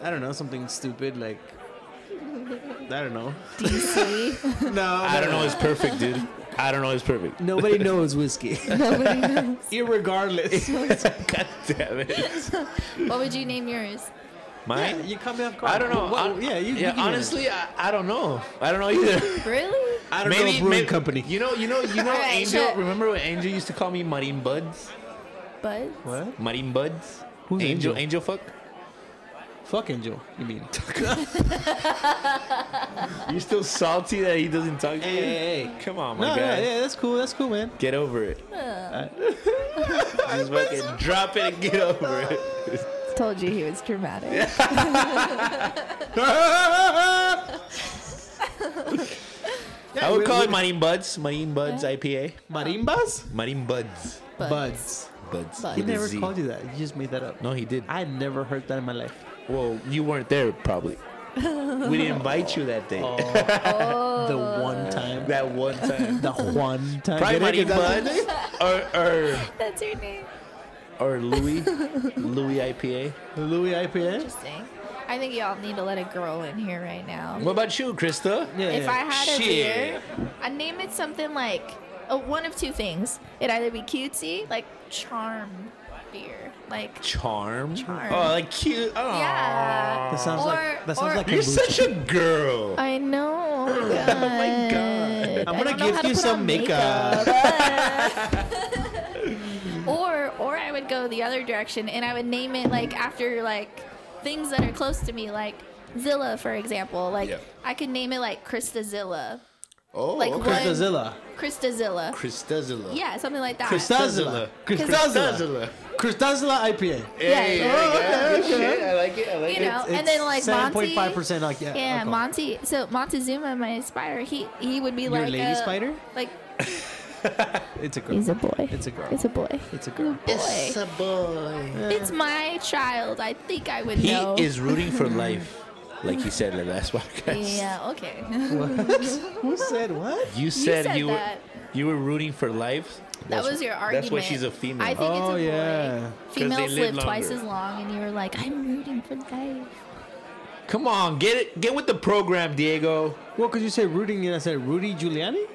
S3: I don't know, something stupid like I don't know.
S1: DC.
S3: No,
S2: I don't know. It's perfect, dude. I don't know. It's perfect.
S3: Nobody knows whiskey,
S1: Nobody knows.
S3: irregardless.
S2: God damn it.
S1: What would you name yours?
S2: Mine?
S3: Yeah, you caught me off guard.
S2: I don't know.
S3: Well,
S2: I-
S3: yeah, you. you
S2: yeah
S3: can answer.
S2: honestly, I, I don't know. I don't know either.
S1: Really?
S3: I don't know. Brewing company.
S2: You know, you know, you know.
S1: All right,
S2: Angel,
S1: so-
S2: remember when Angel used to call me Marine Buds?
S1: But
S3: What?
S2: Marine Buds.
S3: Who's
S2: Angel?
S3: Angel?
S2: Angel fuck.
S3: Fuck Angel. You mean?
S2: You still salty that he doesn't talk to
S3: Hey,
S2: you?
S3: hey, hey.
S2: Come on, my
S3: no, no,
S2: guy.
S3: yeah, that's cool. That's cool, man.
S2: Get over it. Just fucking drop it and get over it.
S1: told you he was dramatic.
S2: I would call it Marine Buds. Marine Buds IPA.
S3: marimbas.
S2: Marine Buds.
S1: But
S3: Buds.
S2: Buds.
S1: Buds.
S3: He
S2: with a
S3: never
S2: Z.
S3: called you that. You just made that up.
S2: No, he did.
S3: I never heard that in my life.
S2: Well, you weren't there probably. we didn't invite you that day.
S3: Oh. The one
S1: Oh.
S3: time.
S2: That one time.
S3: The one time.
S2: Probably
S3: Did I
S2: Marine
S3: get that?
S2: Buds or or
S1: that's your name.
S2: or Louis Louis IPA.
S3: The Louis IPA.
S1: Interesting. I think y'all need to let it grow in here right now.
S2: What about you, Krista?
S3: Yeah,
S1: If I
S3: yeah.
S1: had a
S2: Shit.
S1: beer, I'd name it something like oh, one of two things. It'd either be cutesy, like charm beer, like
S2: Charm.
S1: Charm.
S2: Oh, like cute. Oh.
S1: yeah.
S3: That sounds
S1: Or-
S3: like that sounds
S1: or-
S3: like
S2: You're
S3: kombucha.
S2: such a girl.
S1: I know. Oh my god.
S2: my God.
S1: I
S3: gonna
S1: don't know
S3: give
S1: how to
S3: you
S1: put
S3: some
S1: on
S3: makeup.
S1: makeup. or or I would go the other direction and I would name it like after like things that are close to me, like Zilla, for example. Like
S2: Yeah.
S1: I could name it like Kristazilla.
S2: oh,
S1: like
S2: okay.
S1: what?
S3: Christazilla.
S1: Kristazilla.
S2: Christazilla.
S1: Yeah, something like that.
S3: Christazilla. Christazilla.
S2: Christazilla.
S3: Christazilla IPA.
S2: Hey,
S1: Yeah.
S2: there you go.
S3: okay,
S2: Good shit. I like it. I like
S1: You know,
S2: it.
S1: and then like
S3: seven
S1: Monty.
S3: point five percent like yeah.
S1: Yeah,
S3: alcohol.
S1: Monty. So Montezuma, my spider, he he would be like
S3: lady
S1: a-
S3: spider?
S1: Like
S3: It's a girl.
S1: he's a boy.
S3: It's a girl.
S1: It's a boy.
S3: It's a girl.
S1: Boy.
S2: a boy.
S1: It's my child. I think I would
S2: He
S1: know.
S2: is rooting for life, like he said in the last podcast.
S1: Yeah. Okay.
S3: Who said what?
S2: You said
S1: said
S2: you, were
S1: that.
S2: you were rooting for life.
S1: that
S2: That's-
S1: was your argument.
S2: That's why she's a female.
S1: I think
S3: Oh,
S1: it's a boy.
S3: yeah.
S2: 'Cause they
S1: Females
S2: live
S1: live, twice
S2: longer.
S1: as long, and you were like, "I'm rooting for life."
S2: Come on, get it, get with the program, Diego.
S3: Well, because you said Rudy and I said Rudy Giuliani?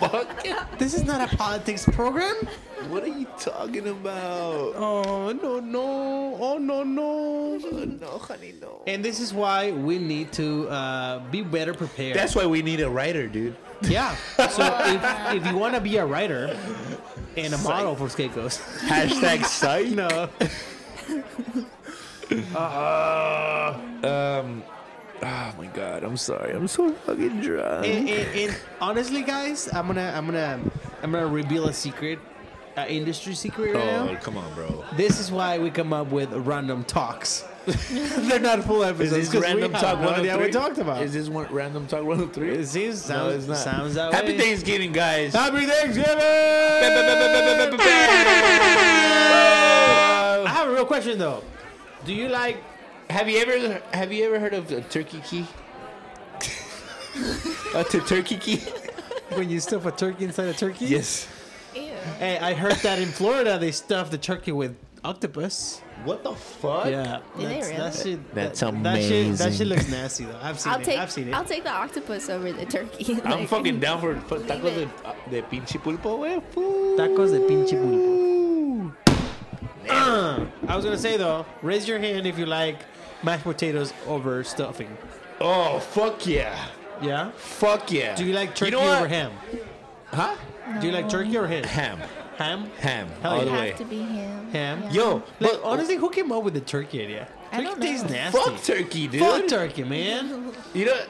S2: Fuck.
S3: This is not a politics program.
S2: what are you talking about?
S3: Oh, no, no. Oh, no, no.
S2: No, honey, no.
S3: And this is why we need to uh, be better prepared.
S2: That's why we need a writer, dude.
S3: yeah. So if, if you want to be a writer and a model for Skakos,
S2: Hashtag psych.
S3: you know,
S2: Um. Oh my god, I'm sorry. I'm so fucking drunk.
S3: and, and- and honestly, guys, I'm gonna, I'm gonna, I'm gonna reveal a secret, uh, industry secret right now.
S2: Oh, come on, bro.
S3: This is why we come up with random talks. They're not full
S2: Is
S3: episodes.
S2: this
S3: 'cause we
S2: random
S3: have
S2: talk
S3: no
S2: one of
S3: idea
S2: three?
S3: we talked about.
S2: Is this one random talk one of three?
S3: it seems sounds,
S2: it's not.
S3: sounds that
S2: Happy
S3: way.
S2: Thanksgiving, guys.
S3: Happy Thanksgiving! I have a real question though. Do you like?
S2: Have you ever have you ever heard of a turkey key? a t- turkey key?
S3: When you stuff a turkey inside a turkey?
S2: Yes.
S1: Ew.
S3: Hey, I heard that in Florida they stuff the turkey with octopus.
S2: What the
S1: Oh,
S2: fuck?
S3: Yeah,
S1: Did they
S3: that's,
S1: really?
S3: that shit.
S2: That's
S3: that, That shit, that
S2: amazing.
S3: shit looks nasty though. I've seen
S1: I'll
S3: it.
S1: take.
S3: I've seen it.
S1: I'll take the octopus over the turkey.
S2: I'm
S1: Like-
S2: fucking down for for tacos de, ah,
S1: it.
S2: de pinche pulpo, wey.
S3: Tacos de pinche bulbo. I was gonna say though, raise your hand if you like mashed potatoes over stuffing.
S2: Oh fuck yeah,
S3: Yeah.
S2: fuck yeah.
S3: Do you like turkey
S2: know what?
S3: over ham?
S2: Huh?
S3: Do you like turkey or ham?
S2: Ham,
S3: Ham.
S2: ham,
S3: Hell
S2: all
S3: yeah.
S1: It'd
S2: the
S1: have
S2: way.
S1: to be him.
S3: Ham?
S1: Yeah.
S2: Yo,
S3: Like,
S2: but honestly,
S3: honestly, who came up with the turkey idea?
S1: I
S3: Turkey
S1: don't
S3: tastes
S1: know.
S3: nasty.
S2: fuck turkey, dude.
S3: Fuck turkey, man.
S2: You know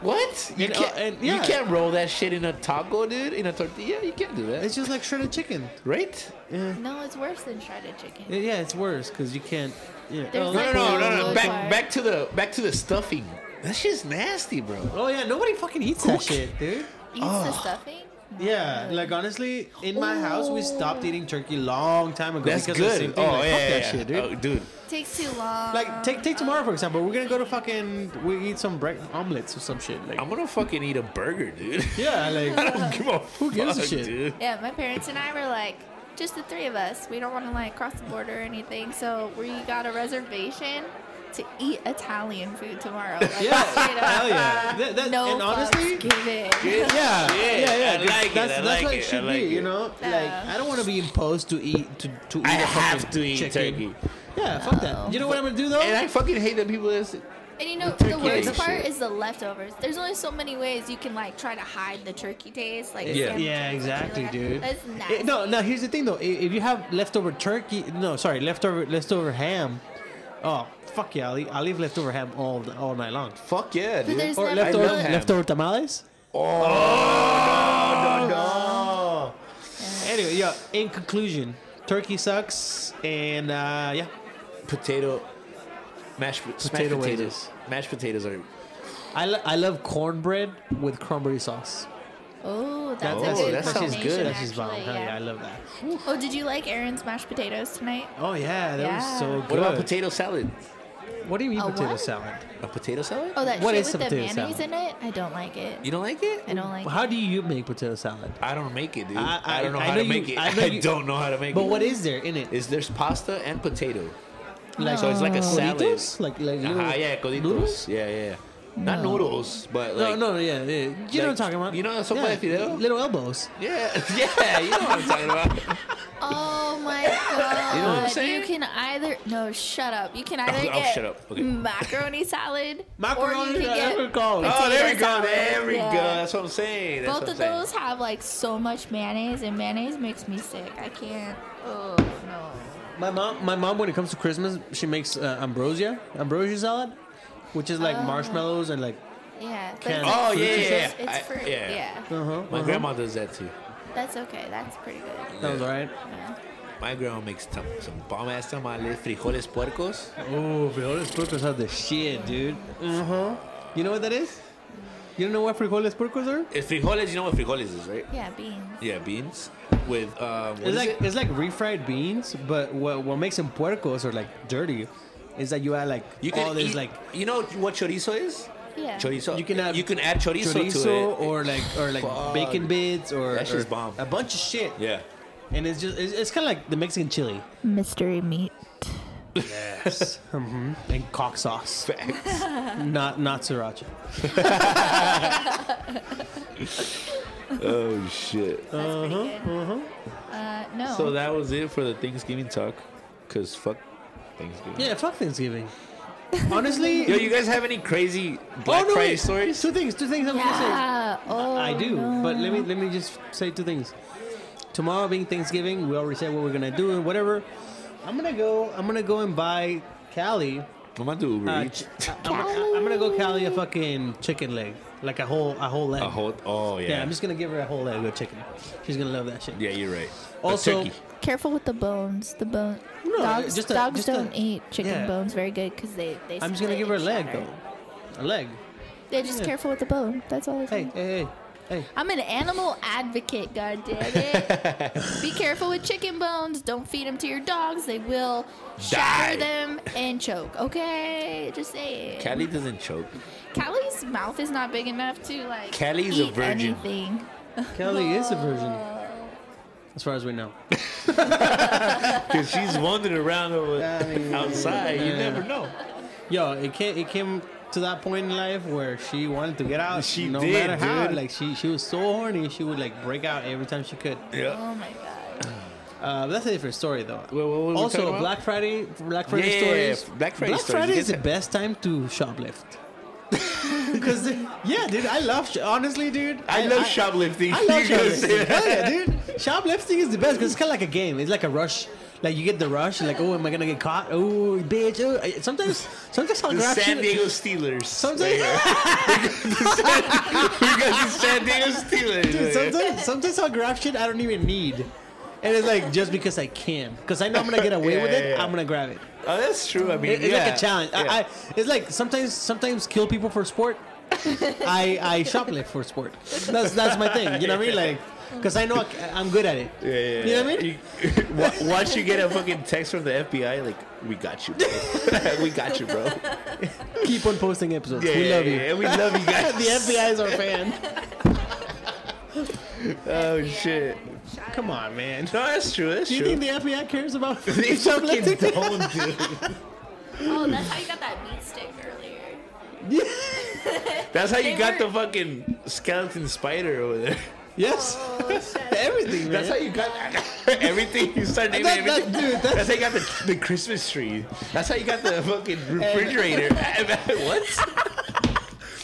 S2: what? You
S3: And, uh,
S2: can't.
S3: and-
S2: You
S3: yeah.
S2: can't roll that shit in a taco, dude. In a tortilla, you can't do that,
S3: It's just like shredded chicken.
S2: right?
S1: No, it's worse than shredded chicken.
S3: Yeah, Yeah, it's worse because you can't. Yeah.
S1: There's
S3: Oh,
S2: No, no,
S1: like-
S2: no, no, no.
S1: Look
S2: Back,
S1: like-
S2: back to the, back to the stuffing. That shit's nasty, bro.
S3: oh, yeah, nobody fucking eats that shit, dude.
S1: Eats
S3: Oh.
S1: the stuffing.
S3: Yeah, like honestly, in my house we stopped eating turkey long time ago
S2: That's
S3: because of the same
S2: good.
S3: thing.
S2: Oh
S3: like,
S2: yeah,
S3: fuck
S2: yeah,
S3: that
S2: yeah.
S3: shit, dude.
S2: Oh, dude.
S1: Takes too long.
S3: Like take take tomorrow for example, we're gonna go to fucking we eat some break omelets or some shit. Like
S2: I'm gonna fucking eat a burger, dude.
S3: yeah, like
S2: Come on,
S3: Who gives a shit?
S2: dude?
S1: Yeah, my parents and I were like, just the three of us. We don't want to like cross the border or anything, so we got a reservation to eat Italian food tomorrow. Like,
S3: Yeah,
S1: straight up,
S3: hell yeah.
S1: uh,
S3: That- that-
S1: no
S3: and honestly-
S1: fucks given.
S3: yeah,
S2: shit.
S3: yeah, yeah.
S2: I like it,
S3: that's
S2: I
S3: that's
S2: like
S3: what
S2: it, I
S3: it should
S2: like
S3: be,
S2: it.
S3: you know. Like
S1: Yeah.
S3: I don't want to be imposed to eat to to eat
S2: I
S3: a
S2: have
S3: fucking
S2: to eat
S3: chicken.
S2: turkey.
S3: Yeah, fuck that. You know what I'm gonna do though?
S2: And I fucking hate the people that. say-
S4: And you know
S2: The
S4: the
S2: turkey
S4: worst
S2: taste
S4: part
S2: shit.
S4: is the leftovers. There's only so many ways you can like try to hide the turkey taste, like
S2: Yeah.
S4: sandwiches
S3: yeah,
S4: and shit
S3: exactly,
S4: like that.
S3: dude.
S4: That's
S3: Eh,
S4: nasty.
S3: no, no. Here's the thing though. I- If you have leftover turkey, no, sorry, leftover leftover ham. Oh fuck yeah! I'll eat, I'll eat leftover ham all all night long.
S2: Fuck yeah, dude.
S4: there's-
S3: Or
S4: I
S3: leftover
S2: love ham.
S3: leftover tamales.
S2: oh no, no.
S3: Anyway, yeah. In conclusion, turkey sucks, and uh, yeah,
S2: Potato, mashed potato
S3: Potato
S2: potatoes.
S3: wedges.
S2: Mashed potatoes are.
S3: I, lo- I love cornbread with cranberry sauce.
S4: Oh, that's
S2: That-
S4: a good
S2: that sounds
S4: combination,
S2: good.
S3: That's just bomb.
S4: actually,
S3: Hell yeah. I
S4: yeah.
S3: love that.
S4: Oh, did you like Aaron's mashed potatoes tonight?
S3: Oh yeah, that was
S4: Yeah.
S3: so good.
S2: What about potato salad?
S3: What do you mean
S4: A
S3: potato
S4: what?
S3: salad?
S2: A potato salad?
S4: Oh, that
S3: What
S4: shit
S3: is
S4: with the
S3: potato
S4: mayonnaise
S3: salad?
S4: in it. I don't like it.
S2: You don't like it?
S4: I don't like.
S3: How do you make potato salad?
S2: I don't make it, dude.
S3: I-
S2: I,
S3: I-
S2: don't know
S3: I
S2: how
S3: know
S2: to
S3: you-
S2: make it.
S3: I
S2: I,
S3: know you-
S2: don't know how to make
S3: But
S2: it.
S3: what is there in it?
S2: is there's pasta and potato.
S3: Like
S2: So it's like a salad.
S3: Coditos? Oh. Like like little
S2: Ah, yeah, coditos.
S3: noodles?
S2: Yeah, yeah. yeah. Not noodles, but like
S3: no, no, yeah, yeah. You know what I'm
S2: like-
S3: talking about.
S2: you know sopa de fideo?
S3: Little elbows.
S2: Yeah, yeah, you know what I'm talking about.
S4: Oh my god!
S2: You know what I'm saying?
S4: You can either no, shut up. You can either
S2: I'll
S4: get
S2: shut up. Okay.
S4: macaroni salad, or
S3: Macaroni,
S4: you can
S3: that's what
S4: get
S3: it's called.
S2: Oh, there we
S4: potato
S2: go.
S4: salad.
S2: There we
S4: Yeah.
S2: go. That's what I'm saying. That's
S4: Both
S2: what
S4: of
S2: I'm saying.
S4: those have like so much mayonnaise, and mayonnaise makes me sick. I can't. Oh no.
S3: My mom, my mom, when it comes to Christmas, she makes uh, ambrosia, ambrosia salad, which is like
S4: Oh.
S3: marshmallows and like.
S4: Yeah. But
S3: Canned
S4: it's-
S2: Oh yeah,
S4: it's,
S2: yeah, yeah.
S4: just- It's,
S2: I-
S4: fruit.
S2: yeah.
S4: Yeah.
S3: Uh huh.
S2: My grandma does that too.
S4: That's okay. That's pretty good.
S3: That was alright.
S4: Yeah.
S2: My grandma makes some, some bomb ass tamales, frijoles puercos.
S3: Oh, frijoles puercos are the shit, dude. Uh huh. You know what that is? You don't know what frijoles puercos are?
S2: Eh, Frijoles, you know what frijoles is, right?
S4: Yeah, beans.
S2: Yeah, beans with um. what
S3: It's
S2: is
S3: like
S2: it?
S3: it's like refried beans, but what what makes them puercos or like dirty is that you add like
S2: you can
S3: all this
S2: eat-
S3: like
S2: you know what chorizo is?
S4: Yeah.
S2: Chorizo.
S3: You can add
S2: you can add chorizo,
S3: chorizo
S2: to it.
S3: or like or like
S2: Fuck.
S3: bacon bits or,
S2: That shit's
S3: or
S2: bomb.
S3: a bunch of shit.
S2: yeah.
S3: and it's just it's, it's kind of like the Mexican chili
S4: Mystery meat.
S3: hmm and cock sauce,
S2: Facts.
S3: not not sriracha.
S2: oh shit.
S3: Uh-huh.
S4: That's pretty good. Uh, no.
S2: So that was it for the Thanksgiving talk, cause fuck Thanksgiving.
S3: Yeah, fuck Thanksgiving. Honestly,
S2: Yo, you guys have any crazy Black
S3: Oh, no,
S2: Friday
S3: wait.
S2: stories?
S3: Two things, two things I'm gonna say.
S4: yeah. Oh,
S3: I do,
S4: no.
S3: but let me let me just say two things. Tomorrow being Thanksgiving, we already said what we're gonna do and whatever. I'm gonna go. I'm gonna go and buy Cali.
S2: I'm gonna do Uber
S3: Uh,
S2: Eats.
S3: ch- I- I'm, gonna- I'm gonna go Cali a fucking chicken leg, like a whole a whole leg.
S2: A whole. Oh yeah.
S3: yeah. I'm just gonna give her a whole leg of chicken. She's gonna love that shit.
S2: yeah, you're right. A
S3: Also-
S2: turkey.
S4: Careful with the bones. The bone.
S3: No,
S4: dogs
S3: just a-
S4: dogs
S3: just a-
S4: don't eat chicken
S3: yeah.
S4: bones very good because they they.
S3: I'm just gonna
S4: split
S3: give her a
S4: and
S3: leg
S4: shatter.
S3: though, a leg.
S4: Yeah, just
S3: Yeah.
S4: careful with the bone. That's all. I
S3: Hey,
S4: say.
S3: hey, hey, hey.
S4: I'm an animal advocate. God damn it! Be careful with chicken bones. Don't feed them to your dogs. They will shatter
S2: Die.
S4: them and choke. Okay, just say it.
S2: Callie doesn't choke.
S4: Callie's mouth is not big enough to like.
S2: Callie's a
S4: eat
S2: virgin.
S4: Anything.
S3: Cali is a virgin, as far as we know.
S2: Cause she's wandering around over
S3: I mean,
S2: outside. You
S3: yeah.
S2: never know.
S3: Yo, it came it came to that point in life where she wanted to get out.
S2: She
S3: no
S2: did,
S3: matter how.
S2: dude.
S3: Like she she was so horny, she would like break out every time she could.
S2: Yeah.
S4: Oh my god.
S3: Uh, that's a different story though.
S2: what were we talking
S3: also,
S2: about?
S3: Black Friday, Black Friday
S2: Yeah, yeah, yeah,
S3: stories.
S2: Black Friday stories,
S3: Friday
S2: you
S3: is the
S2: get that.
S3: best time to shoplift. Because yeah, dude, I love sh- honestly, dude.
S2: I, love shoplifting.
S3: I love
S2: You guys say
S3: shoplifting.
S2: that.
S3: Hell yeah, dude. Shoplifting is the best because it's kind of like a game. It's like a rush. Like you get the rush. Like oh, am I gonna get caught? Oh, bitch. Oh, I- sometimes, sometimes I'll
S2: The
S3: grab
S2: San
S3: shit-
S2: Diego Steelers.
S3: Sometimes-
S2: we got the San Diego Steelers.
S3: Dude,
S2: right here.
S3: sometimes, sometimes I'll grab shit I don't even need. And it's like just because I can, because I know I'm gonna get away
S2: Yeah,
S3: with it,
S2: yeah, yeah.
S3: I'm gonna grab it.
S2: Oh, that's true. I mean,
S3: It- it's
S2: yeah.
S3: like a challenge.
S2: Yeah.
S3: I, I, it's like sometimes sometimes kill people for sport. I I shoplift for sport. That's that's my thing. You know what I mean? Like, because I know I, c- I'm good at it.
S2: Yeah, yeah,
S3: You know what I mean?
S2: You- wa- Once you get a fucking text from the FBI, like, we got you, bro. we got you, bro.
S3: Keep on posting episodes.
S2: Yeah,
S3: we
S2: yeah,
S3: love you.
S2: yeah, yeah. We love you guys.
S3: The FBI is our fan.
S2: Oh, shit.
S3: Come on, man.
S2: No, that's true. That's
S3: Do you
S2: true.
S3: think the FBI cares about
S2: they fucking
S3: shoplifting?
S2: don't, dude.
S4: Oh, that's how you got that meat stick earlier.
S2: That's how you
S4: They
S2: got the
S4: were-
S2: fucking skeleton spider over there.
S3: Yes.
S4: Oh, shut up.
S3: Everything, man.
S2: That's how you got everything. You start naming
S3: That- that-
S2: everything.
S3: dude, that's-
S2: that's, how you got the, the Christmas tree. That's how you got the fucking refrigerator. what?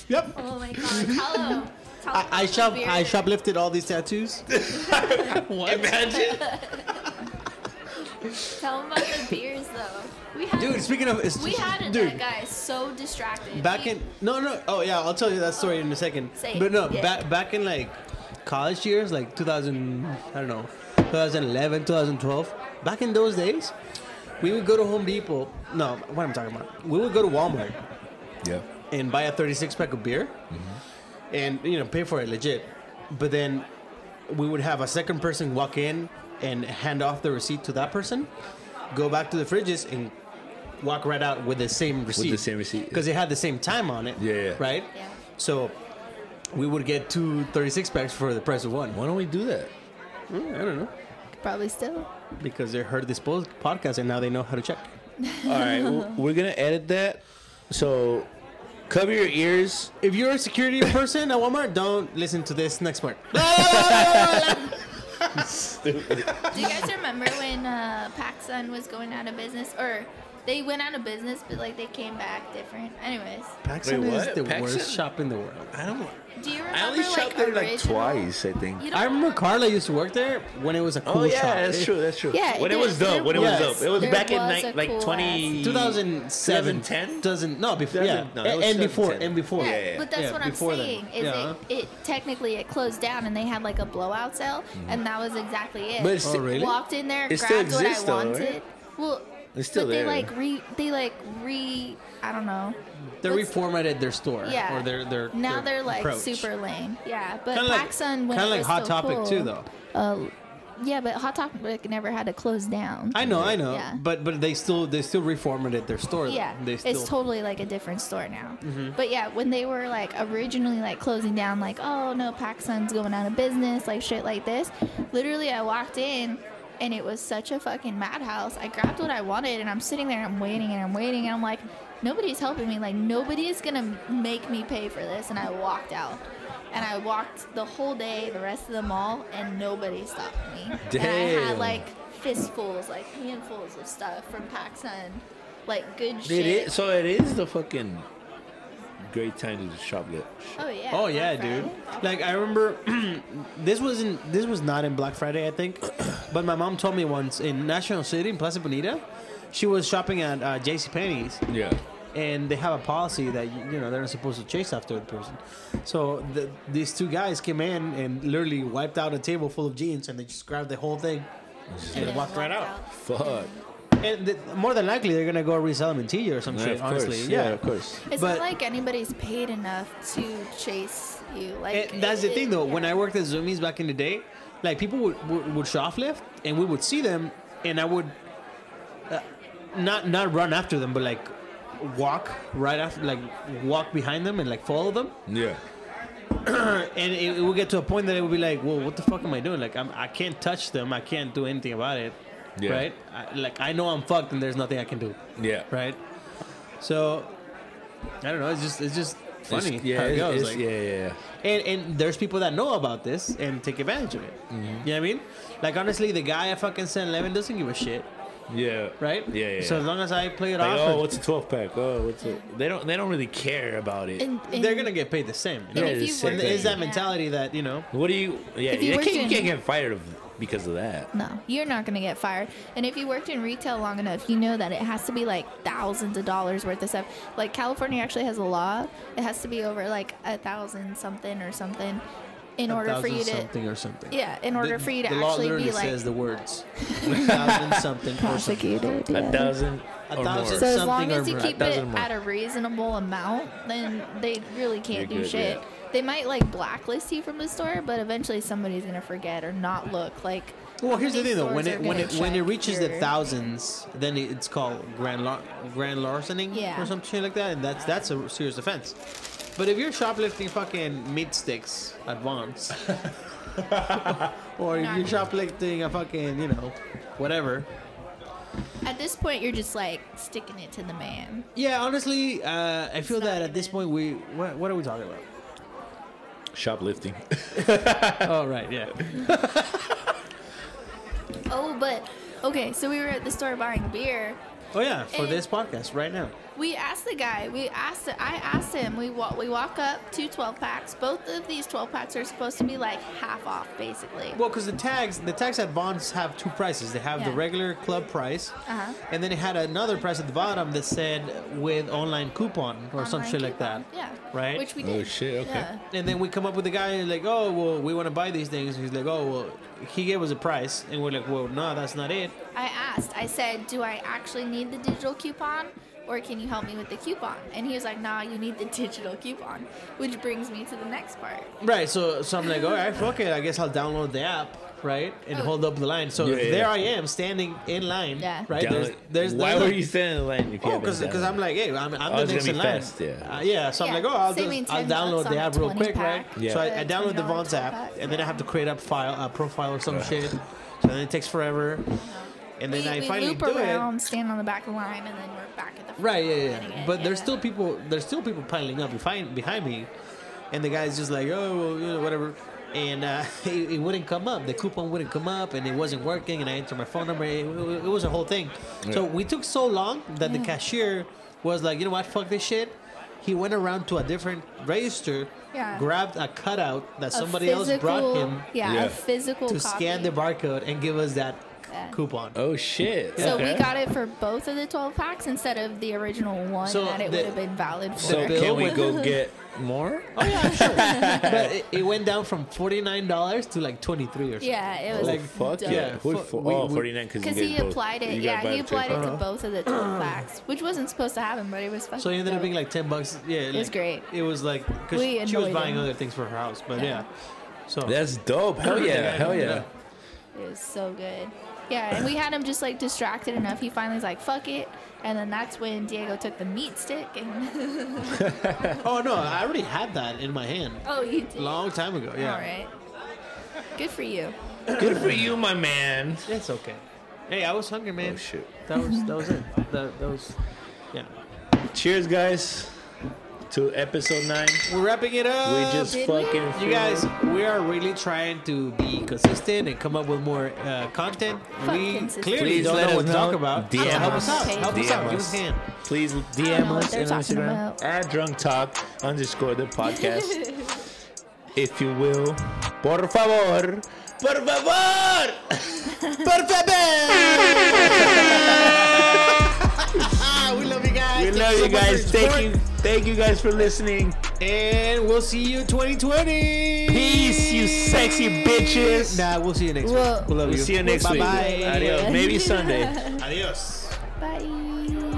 S3: Yep.
S4: Oh my god. Hello.
S3: I, I shop. I shoplifted all these tattoos.
S2: Imagine.
S4: Tell him about the beers though. We had
S3: Dude, speaking of,
S4: we had it,
S3: dude,
S4: that guy is so distracted.
S3: back
S4: He-
S3: in no no oh yeah i'll tell you that story in a second
S4: Say it.
S3: but no
S4: Yeah.
S3: back back in like college years like 2000 i don't know 2011 2012 back in those days we would go to home depot no what am i talking about we would go to walmart
S2: Yeah.
S3: and buy a 36 pack of beer and you know pay for it legit but then we would have a second person walk in and hand off the receipt to that person go back to the fridges and walk right out with the same receipt
S2: same receipt.
S3: because it had the same time on it
S2: Yeah, yeah.
S3: right
S4: Yeah.
S3: so we would get two 36 packs for the price of one
S2: Why don't we do that?
S3: Mm, i don't know
S4: Probably still.
S3: because they heard this po- podcast and now they know how to check
S2: All right, w- we're gonna edit that. So cover your ears.
S3: if you're a security person at walmart don't listen to this next part
S4: Do you guys remember when uh, PacSun was going out of business, or they went out of business, but like they came back different? Anyways,
S3: Paxton
S2: Wait,
S3: is
S2: what?
S3: the
S2: Paxton?
S3: worst shop in the world.
S2: I don't.
S4: do you remember
S2: I only
S4: like
S2: shot there like
S4: original-
S2: twice, I think.
S4: You don't
S3: I remember Carla used to work there when it was a cool
S2: Oh yeah,
S3: shop.
S2: that's true. That's true.
S4: Yeah,
S2: when it
S4: there-
S2: was
S4: there
S2: dope. When it was
S4: was-
S2: dope. It was
S4: there
S2: back in
S4: was
S2: ni-
S4: a
S2: like
S4: cool
S2: twenty.
S3: 2007,
S2: 2010?
S3: doesn't no before yeah,
S2: Doesn't- no, that was
S3: and before
S2: 2010.
S3: and before
S4: Yeah,
S2: Yeah, yeah, yeah.
S4: but that's
S3: Yeah,
S4: what I'm
S3: before then.
S4: saying. Is
S3: Yeah.
S4: it, it technically it closed down and they had like a blowout sale, and that was exactly it.
S2: Mm-hmm. But it's
S3: Oh,
S2: sti-
S3: really?
S4: Walked in there,
S2: It
S4: grabbed
S2: still exists,
S4: what I
S2: though,
S4: wanted.
S2: right?
S4: Well,
S2: It's still
S4: but
S2: there.
S4: they like re they like re I don't know.
S3: they
S4: What's-
S3: reformatted their store
S4: Yeah.
S3: or their their
S4: Now
S3: their
S4: they're like
S3: approach.
S4: super lame. Yeah, but
S3: Kinda like-
S4: PacSun when
S3: kinda
S4: it
S3: like
S4: was
S3: Hot
S4: still
S3: Topic,
S4: cool,
S3: too, though.
S4: Uh, yeah, but Hot Topic never had to close down.
S3: I know, I know,
S4: Yeah.
S3: but but they still they still reformatted their store. though.
S4: yeah,
S3: they still. Mm-hmm.
S4: it's totally like a different store now. But yeah, when they were like originally like closing down, like oh no, PacSun's going out of business, like shit like this. Literally, I walked in and it was such a fucking madhouse. I grabbed what I wanted and I'm sitting there and I'm waiting and I'm waiting and I'm like, nobody's helping me. Like nobody is gonna make me pay for this. And I walked out. And I walked the whole day, the rest of the mall, and nobody stopped me. And I had
S2: Damn.
S4: like fistfuls, like handfuls of stuff from PacSun, like good shit.
S2: It is. So it is the fucking great time to shoplift.
S4: Oh yeah.
S3: Oh
S4: Black
S3: yeah,
S4: Friday.
S3: dude. Like I remember, this wasn't this was not in Black Friday, I think, but my mom told me once in National City in Plaza Bonita, she was shopping at uh, J.C. Penney's,
S2: Yeah.
S3: and they have a policy that you you know they're not supposed to chase after the person. So the, these two guys came in and literally wiped out a table full of jeans, and they just grabbed the whole thing and
S4: then
S3: walked right out.
S2: Fuck.
S3: And th- more than likely, they're gonna go resell them in TJ
S4: Mm-hmm.
S3: or some
S2: Yeah,
S3: shit.
S2: of course.
S3: Honestly,
S2: Yeah, of course.
S4: It's
S3: But-
S4: not like anybody's paid enough to chase you. Like
S3: And that's the
S4: it-
S3: thing, though. When
S4: yeah.
S3: I worked at Zoomies back in the day, like people would would, would shoplift, and we would see them, and I would uh, not not run after them, but like walk right after, like walk behind them and like follow them,
S2: Yeah.
S3: and it, it would get to a point that it would be like, well, what the fuck am I doing? Like I'm I can't touch them, I can't do anything about it,
S2: Yeah.
S3: right? I, like I know I'm fucked, and there's nothing I can do,
S2: Yeah.
S3: right? So I don't know. It's just it's just funny
S2: It's- yeah.
S3: how it
S2: it's-
S3: goes.
S2: it's-
S3: like-
S2: yeah. Yeah. yeah.
S3: and and there's people that know about this and take advantage of it.
S2: Mm-hmm.
S3: You know what I mean? Like honestly, the guy at fucking 7-Eleven doesn't give a shit,
S2: Yeah.
S3: right?
S2: Yeah. yeah,
S3: So
S2: yeah.
S3: as long as I play it
S2: Like,
S3: off,
S2: oh,
S3: and
S2: what's a 12 pack? Oh, what's a... They don't. They don't really care about it.
S4: And, and
S3: they're gonna get paid the same. You
S4: and
S3: know?
S2: Yeah,
S4: if
S2: it's
S4: you
S2: the same
S4: work-
S2: thing.
S3: It's that
S4: yeah.
S3: mentality that you know.
S2: What do you? Yeah.
S4: If you
S2: You,
S4: worked
S2: can't, you
S4: in-
S2: can't get fired of, because of that.
S4: No, you're not gonna get fired. And if you worked in retail long enough, you know that it has to be like thousands of dollars worth of stuff. Like California actually has a law; it has to be over like a thousand something or something in order for you to.
S3: something or something.
S4: Yeah, in order
S3: the,
S4: for you to
S3: the law
S4: actually be
S3: literally
S4: like
S3: says the words. thousand something or something.
S4: prosecuted.
S2: A
S4: yeah.
S2: thousand.
S3: A
S2: or
S3: thousand.
S4: So
S2: More.
S4: as
S3: something
S4: long
S3: or
S4: as you
S3: more.
S4: keep
S2: That
S4: it
S2: doesn't
S4: at
S2: matter.
S4: a reasonable amount, then they really can't
S2: You're
S4: do
S2: good,
S4: shit.
S2: yeah.
S4: They might like blacklist you from the store, but eventually somebody's gonna forget or not look. Like,
S3: Well, here's the thing
S4: these
S3: though.
S4: stores
S3: When
S4: are
S3: it when
S4: gonna
S3: it when it
S4: check
S3: reaches the
S4: your-
S3: thousands, then it- it's called grand lar- grand larceny
S4: Yeah.
S3: or something like that, and that's that's a serious offense. But if you're shoplifting fucking meat sticks at once, or if you're shoplifting a fucking you know whatever,
S4: at this point, you're just like sticking it to the man.
S3: yeah, honestly, uh, I feel
S4: not
S3: that at this
S4: even-
S3: point we what, what are we talking about?
S2: Shoplifting.
S3: oh right, yeah.
S4: Oh, but okay. So we were at the store buying beer.
S3: Oh yeah, for
S4: And-
S3: this podcast right now.
S4: We asked the guy. We asked. I asked him. We walk. We walk up two 12 packs. Both of these 12 packs are supposed to be like half off, basically.
S3: Well, because the tags, the tags at Bonds have two prices. They have the
S4: Yeah.
S3: regular club price,
S4: Uh-huh.
S3: and then it had another price at the bottom that said with online coupon or some
S4: Online
S3: shit like
S4: coupon.
S3: that.
S4: Yeah.
S3: Right?
S4: Which we
S2: Oh,
S4: did.
S2: shit, okay.
S4: Yeah.
S3: And then we come up with a guy and like, oh well, we want to buy these things. He's like, oh well, he gave us a price, and we're like, well, no, that's not it.
S4: I asked. I said, "Do I actually need the digital coupon, or can you help me with the coupon?" And he was like, "Nah, you need the digital coupon," which brings me to the next part.
S3: Right. So, so I'm like, all right, fuck it. I guess I'll download the app, right, and
S4: Oh.
S3: hold up the line. So
S2: Yeah, yeah,
S3: there
S2: yeah.
S3: I am standing in line.
S4: Yeah.
S3: Right.
S2: Down
S3: There's,
S2: it.
S3: there's
S2: Why
S3: there's
S2: were
S3: a-
S2: you standing in line? If you
S3: Oh,
S2: haven't
S3: because
S2: done
S3: because
S2: it?
S3: I'm like, hey, I'm, I'm
S2: Oh,
S3: the
S2: it's
S3: next
S2: gonna
S3: in
S2: be
S3: line.
S2: fast, yeah.
S3: Uh, yeah. So I'm
S4: Yeah,
S3: like, oh, I'll
S4: saving
S3: just I'll
S4: 10 bucks
S3: download
S4: on
S3: the
S4: a
S3: app real
S4: 20
S3: quick, right?
S4: pack.
S2: Yeah.
S3: So I,
S4: Uh,
S3: I download the
S4: $20
S3: Vaughn's app,
S4: pack,
S3: and then I
S4: yeah.
S3: have to create up file a profile or some shit. So then it takes forever, and then
S4: we
S3: I
S4: we
S3: finally
S4: loop
S3: do
S4: around,
S3: it.
S4: stand on the back of the line, and then we're back at the front
S3: Right. Yeah.
S4: getting
S3: Yeah.
S4: it,
S3: But there's
S4: yeah.
S3: still people. There's still people piling up behind behind me, and the guy's just like, oh, well, you know, whatever. And uh, it, it wouldn't come up. The coupon wouldn't come up, and it wasn't working. And I entered my phone number. It, it, it was a whole thing. So
S2: Yeah.
S3: we took so long that the cashier was like, you know what, fuck this shit. He went around to a different register,
S4: Yeah.
S3: grabbed a cutout that
S4: A
S3: somebody else
S4: physical-
S3: brought him
S4: Yeah,
S2: Yeah.
S4: a physical
S3: to
S4: copy.
S3: scan the barcode and give us that c-
S4: Yeah.
S3: coupon.
S2: Oh shit.
S4: So
S2: Okay.
S4: we got it for both of the 12 packs instead of the original one
S3: So
S4: that it
S3: the-
S4: would have been valid for.
S2: So
S3: bill
S2: can we
S3: with-
S2: go get more?
S3: Oh yeah, sure. but it, it went down from forty nine dollars to like twenty three or something.
S4: yeah, it
S2: Oh
S4: was
S2: fuck
S4: dope.
S2: yeah! Who
S3: Fuck,
S2: fo-
S3: we-
S2: oh,
S3: we-
S2: 49 because
S4: Because he applied it, yeah, he applied it to both of the 12 packs, which wasn't supposed to happen, but it was fucking
S3: So it ended up
S4: dope.
S3: being like ten bucks. Yeah, it
S4: was great.
S3: It was like because
S4: We
S3: she was
S4: annoyed
S3: buying
S4: him.
S3: other things for her house, but yeah.
S4: Yeah.
S3: So
S2: That's dope. Hell yeah! Hell yeah!
S4: It was so good. Yeah, and we had him just like distracted enough. He finally was like, fuck it. And then that's when Diego took the meat stick. And
S3: oh no, I already had that in my hand
S4: oh, you did.
S3: long time ago. Yeah,
S4: All right. Good for you.
S2: Good for you, my man.
S3: it's okay. Hey, I was hungry, man.
S2: Oh shit!
S3: That was that was it. That, that was yeah.
S2: Cheers, guys, to episode nine.
S3: We're wrapping it up.
S2: We just
S4: did we?
S2: fucking.
S3: You guys, we are really trying to be consistent and come up with more uh, content.
S4: Fuck
S3: we
S4: consistency.
S3: clearly
S2: Please
S3: don't
S2: let
S3: know
S2: us
S3: what to talk
S2: know.
S3: about.
S2: DM
S3: so help
S4: us.
S3: us out.
S4: Okay.
S3: Help us out.
S2: DM
S3: Give us
S2: us.
S3: a hand.
S2: Please
S4: I don't
S2: DM
S4: know
S2: us
S4: what they're
S2: on
S4: talking
S2: Instagram
S4: about.
S2: at drunk talk underscore the podcast, if you will. Por favor, por favor, por favor.
S3: Ah, we love you guys.
S2: We
S3: Thank
S2: love
S3: so
S2: you
S3: much for
S2: guys.
S3: your
S2: Thank you, thank you guys for listening.
S3: support. And we'll see you 2020.
S2: Peace, you sexy bitches.
S3: Nah, we'll see you next
S4: Well-
S3: week. We love
S2: We'll
S3: you.
S2: see you next week.
S3: Bye-bye.
S2: Adios. Maybe Sunday.
S3: Adios.
S4: Bye.